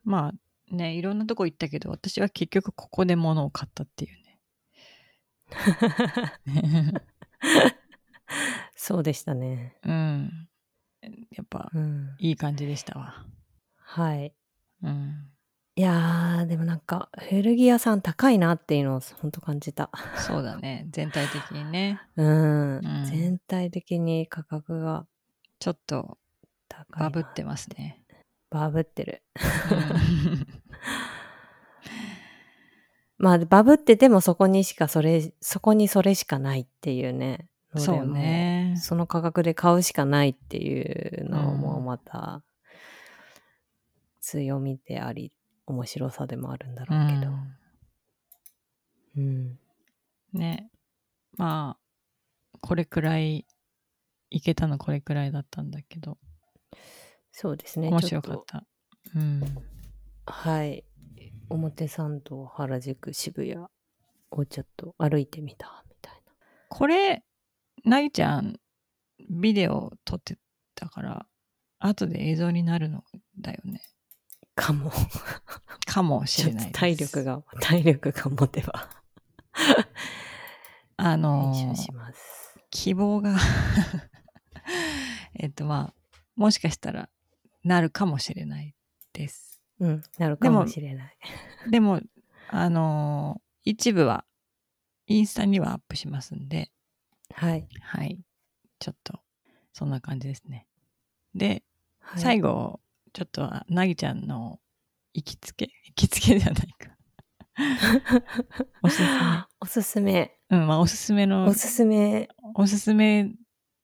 まあねいろんなとこ行ったけど私は結局ここで物を買ったっていうね。そうでしたね。うん、やっぱうん。いい感じでしたわ。はい。うん、いやー、でもなんか、古着屋さん高いなっていうのを本当感じた。 そうだね全体的にねうん。ん全体的に価格がちょっと高いバな。ブってますね。バブってる。うんまあ、バブっててもそこにしかそれ、そこにそれしかないっていうね。 のでそう。ねもう。その価格で買うしかないっていうのもうんまた、強みであり、面白さでもあるんだうろうけど。ん、うん。ね。まあ、これくらい、いけたのこれくらいだったんだけど、そうですね。面白かちょっとた。うん。はい。表参道、原宿、渋谷をちょっと歩いてみたみたいこれ、なぎちゃん、ビデオ撮ってたから、後で映像になるのだよね。な。かも。かもしちょれっないとです。体力。が、体力が持てば、あの練ー、習します。希望が、えっとまあ、もしかしたら、なるかもしれないです。うん、なるでかももしれない。でも、あのー一部は、インスタにはアップしますんで、はい。はい。ちょっと、そんな感じですね。で、はい、最後、ちょっと、なぎちゃんの行きつけ行きつけじゃない か。おすすめ。おすすめ。うん、まあ、おすすめの、おすすめ。おすすめ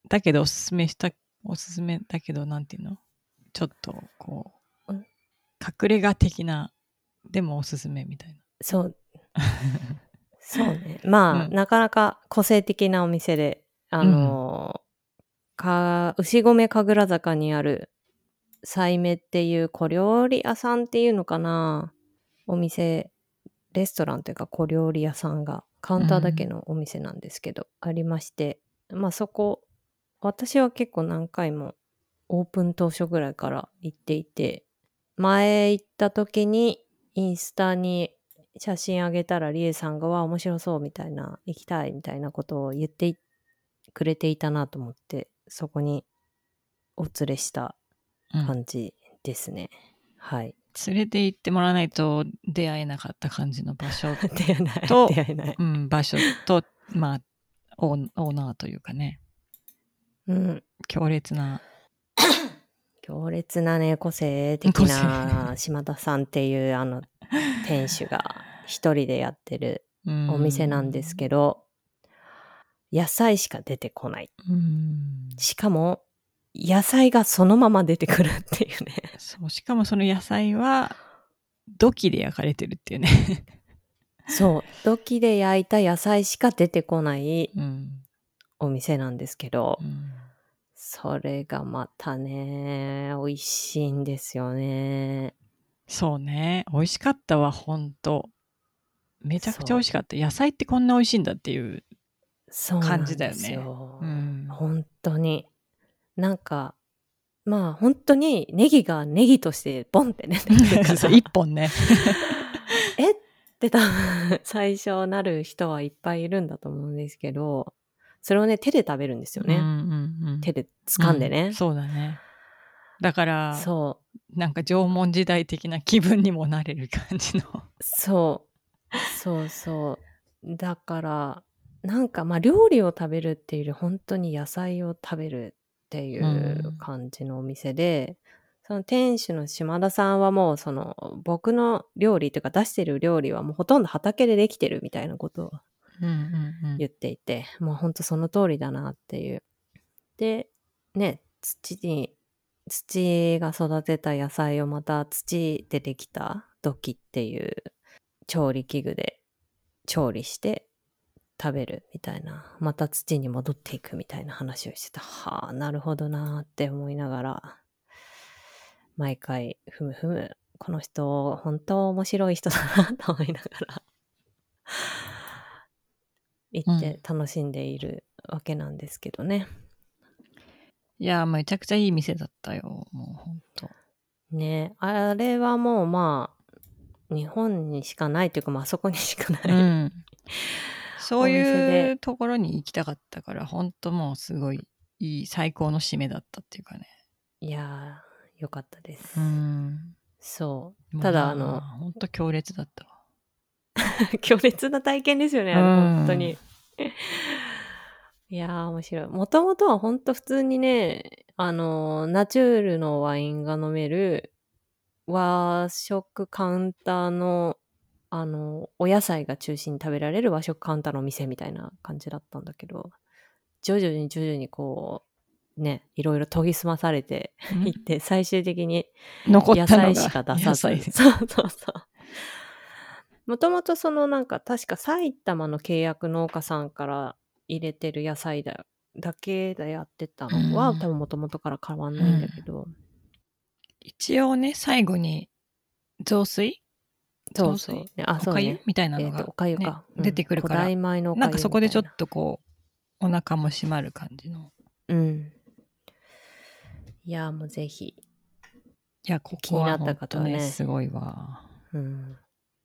だけど、おすすめした、おすすめだけど、なんていうのちょっと、こう、うん隠れ家的な、でもおすすめみたいそう。そうね。まあ、うんなかなか個性的なお店で、あのーか、牛込神楽坂にある、サイメっていう小料理屋さんっていうのかな。お店、レストランというか小料理屋さんが、カウンターだけのお店なんですけど、ありまして、まあそこ、私は結構何回もオープン当初ぐらいから行っていて、前行った時にインスタに写真あげたらリエさんがわあ面白そうみたいな行きたいみたいなことを言っていくれていたなと思ってそこにお連れしたな。うん感じですね、 はい連れて行ってもらわないと出会えなかった感じの場 所出会えないと出会えないうん、場所と、まあ、オーオーナーというかね、うん強烈な、強烈なね個性的個な島田さんっていうあの店主が一人でやってるうんお店なんですけど、野菜しか出てこないうん、しかも野菜がそのまま出てくるっていうねそう、しかもその野菜は、土器で焼かれてるっていう ね。そう土器で焼いた野菜しか出てこないうん。お店なんですけど、うんそれがまたね美味しいんですよねそうね。美味しかったわ、ほんと。めちゃくちゃ美味しかった。野菜ってこんな美味しいんだっていう。そうなん感じだよでねすよ、うん本当になんかまあ本当にネギがネギとしてボンって ね出てくるから一本ね。 えって多分最初なる人はいっぱいいるんだと思うんですけどそれをね手で食べるんですよね、うんうんうん、手で掴んでね、うそうだね。だから、そうなんか縄文時代的な気分にもなれる感じの。そう。そうそう。だから、なんかまあ料理を食べるっていうより本当に野菜を食べるっていうんう感じのお店で、その店主の島田さんはもうその僕の料理というか出してる料理はもうほとんど畑でできてるみたいなことをうんうん言っていて、もうほんとその通りだなっていう。で、ね、土に、土が育てた野菜をまた土でできた土器っていう調理器具で調理して食べるみたいなまた土に戻っていくみたいな話をしてたはあなるほどなーって思いながら毎回ふむふむこの人本当面白い人だなと思いながら行って楽しんでいるわけなんですけどね、いやー、めちゃくちゃいい店だったよ。もうほんと。ねあれはもうまあ日本にしかないというかまああそこにしかない、うん。そうお店いでうところに行きたかったから、ほんともうすごいいい、最高の締めだったっていうかね。いやーよかったです、ん。そうただあのほんと強烈だったわ。 強烈な体験ですよね、あれうん本当に。いやー、面白い。もともとは本当普通にね、あのー、ナチュールのワインが飲める和食カウンターの、あのー、お野菜が中心に食べられる和食カウンターのお店みたいな感じだったんだけど、徐々に徐々にこう、ね、いろいろ研ぎ澄まされていって、最終的に 残ったのが野菜しか出さず。野 菜そうそうそう。もともとそのなんか確か埼玉の契約農家さんから入れてる野菜だだけでやってたのは、うん多分もともとから変わんないんだけど、一応ね、最後に、雑炊そうそう、ね雑あおそうかゆ、ねみたいなえのっが、とおかゆか、ね出てくるから古代米のおかゆなんかそこでちょっみたいとこう、お腹も締まる感じの。なうんいやもうぜひいや、こ気こになはった本方当はねね、すごいわ。うん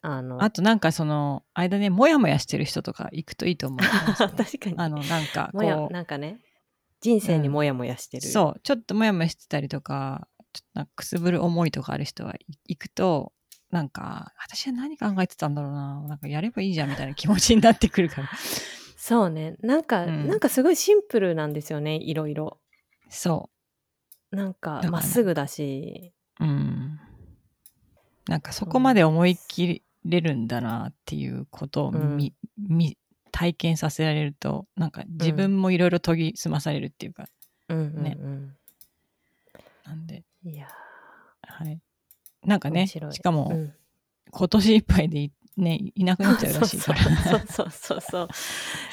あのあとなんかその、間ね、もやもやしてる人とか行くといい と思う。 確かにあの、なん か、こもやう、なんかね人生にもやもやしてる、そう、ちょっともやもやしてたりとか、ちょっとなんかくすぶる思いとかある人はい行くと、なんか、私は何考えてたんだろうな、なんかやればいいじゃんみたいな気持ちになってくるから。 そうね。なんか、うんなんかすごいシンプルなんですよね、いろいろ。そなんかだ、からまっすぐだし。う。うん。なんかそこまで思い切れるんだなっていうことを見、見体験させられると、なんか自分もいろいろ研ぎ澄まされるっていうか、うんうん、うん。ねなんで、いやはい。なんー、かね、面し白いかも、うん今年いっぱいでい,、ね、いなくなっちゃうらしいから。 そうそうそうそうそう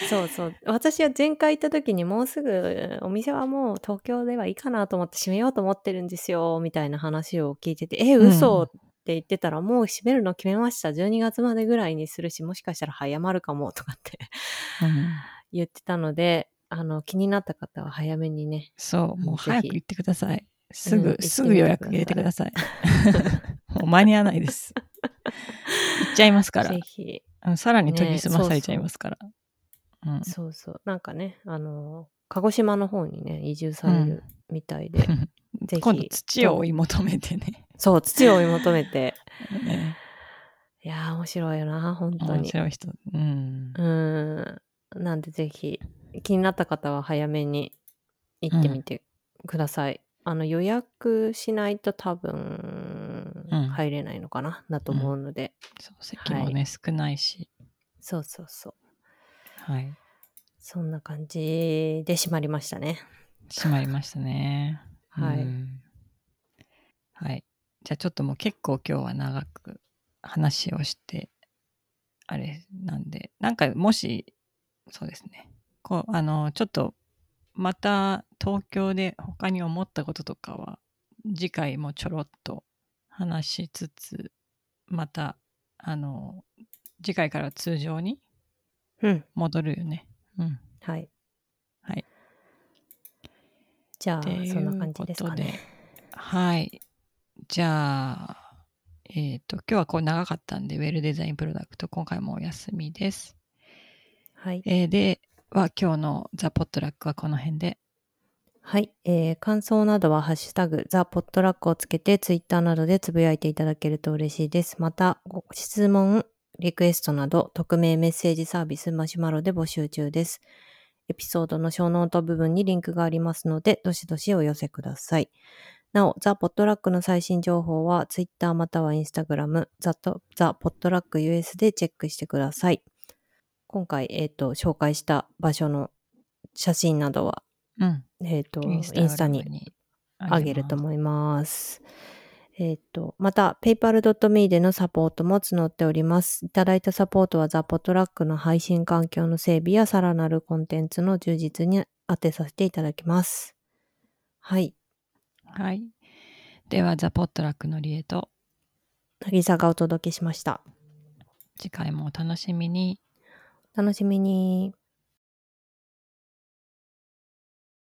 そうそう私は前回行った時にもうすぐお店はもう東京ではいいかなと思って閉めようと思ってるんですよみたいな話を聞いててえうん嘘って言ってたら、もう閉めるの決めました12月までぐらいにするしもしかしたら早まるかもとかって うん言ってたのであの気になった方は早めにねそう、もうぜひ早く行ってください。すぐ、行ってみてすぐ予約入れてください。 もう間に合わないです。行っちゃいますからぜ。ひうんさらに研ねぎ澄まされちゃいますから。うんそうそうなんかねあの鹿児島の方にね移住されるみた いで、ぜひ今度土 を追い求めてね。そう土を追い求めてね いやー面白いよな本当面に白い人。うんう。ーんなんでぜひ気になった方は早めに行ってみてください、あの予約しないと多分うん入れないのかな、だと思うので、そう席もね、少ないし。そうそうそうはい。そんな感じで閉まりましたね閉まりましたね。はいうんはい。じゃあちょっともう結構今日は長く話をして、あれなんで、なんかもし、そうですね。こう、あの、ちょっと、また東京で他に思ったこととかは、次回もちょろっと話しつつ、また、あの、次回から通常にうん戻るよね。うん。はいはいじゃあっていうそんな感じですかねはい。じゃあ、えっ、と、今日はこう長かったんで、ウェルデザインプロダクト、今回もお休みです。はいえーでは、今日のザ・ポットラックはこの辺で。はい、えー感想などはハッシュタグザポットラックをつけてツイッターなどでつぶやいていただけると嬉しいです。またご質問、リクエストなど匿名メッセージサービスマシュマロで募集中です。エピソードの小ノート部分にリンクがありますので、どしどしお寄せください。なお、ザ・ポットラックの最新情報は、ツイッターまたはインスタグラム、ザ・ポットラック US でチェックしてください。今回、えっ、と、紹介した場所の写真などは、うん。えっ、と、インスグラムタににあげるとます思います。ええっ、と、また、paypal.me でのサポートも募っております。いただいたサポートはザ・ポトラックの配信環境の整備やさらなるコンテンツの充実に当てさせていただきます。はい。はい。では、ザ・ポットラックのりえと、渚がお届けしました。次回もお楽しみに。楽しみに。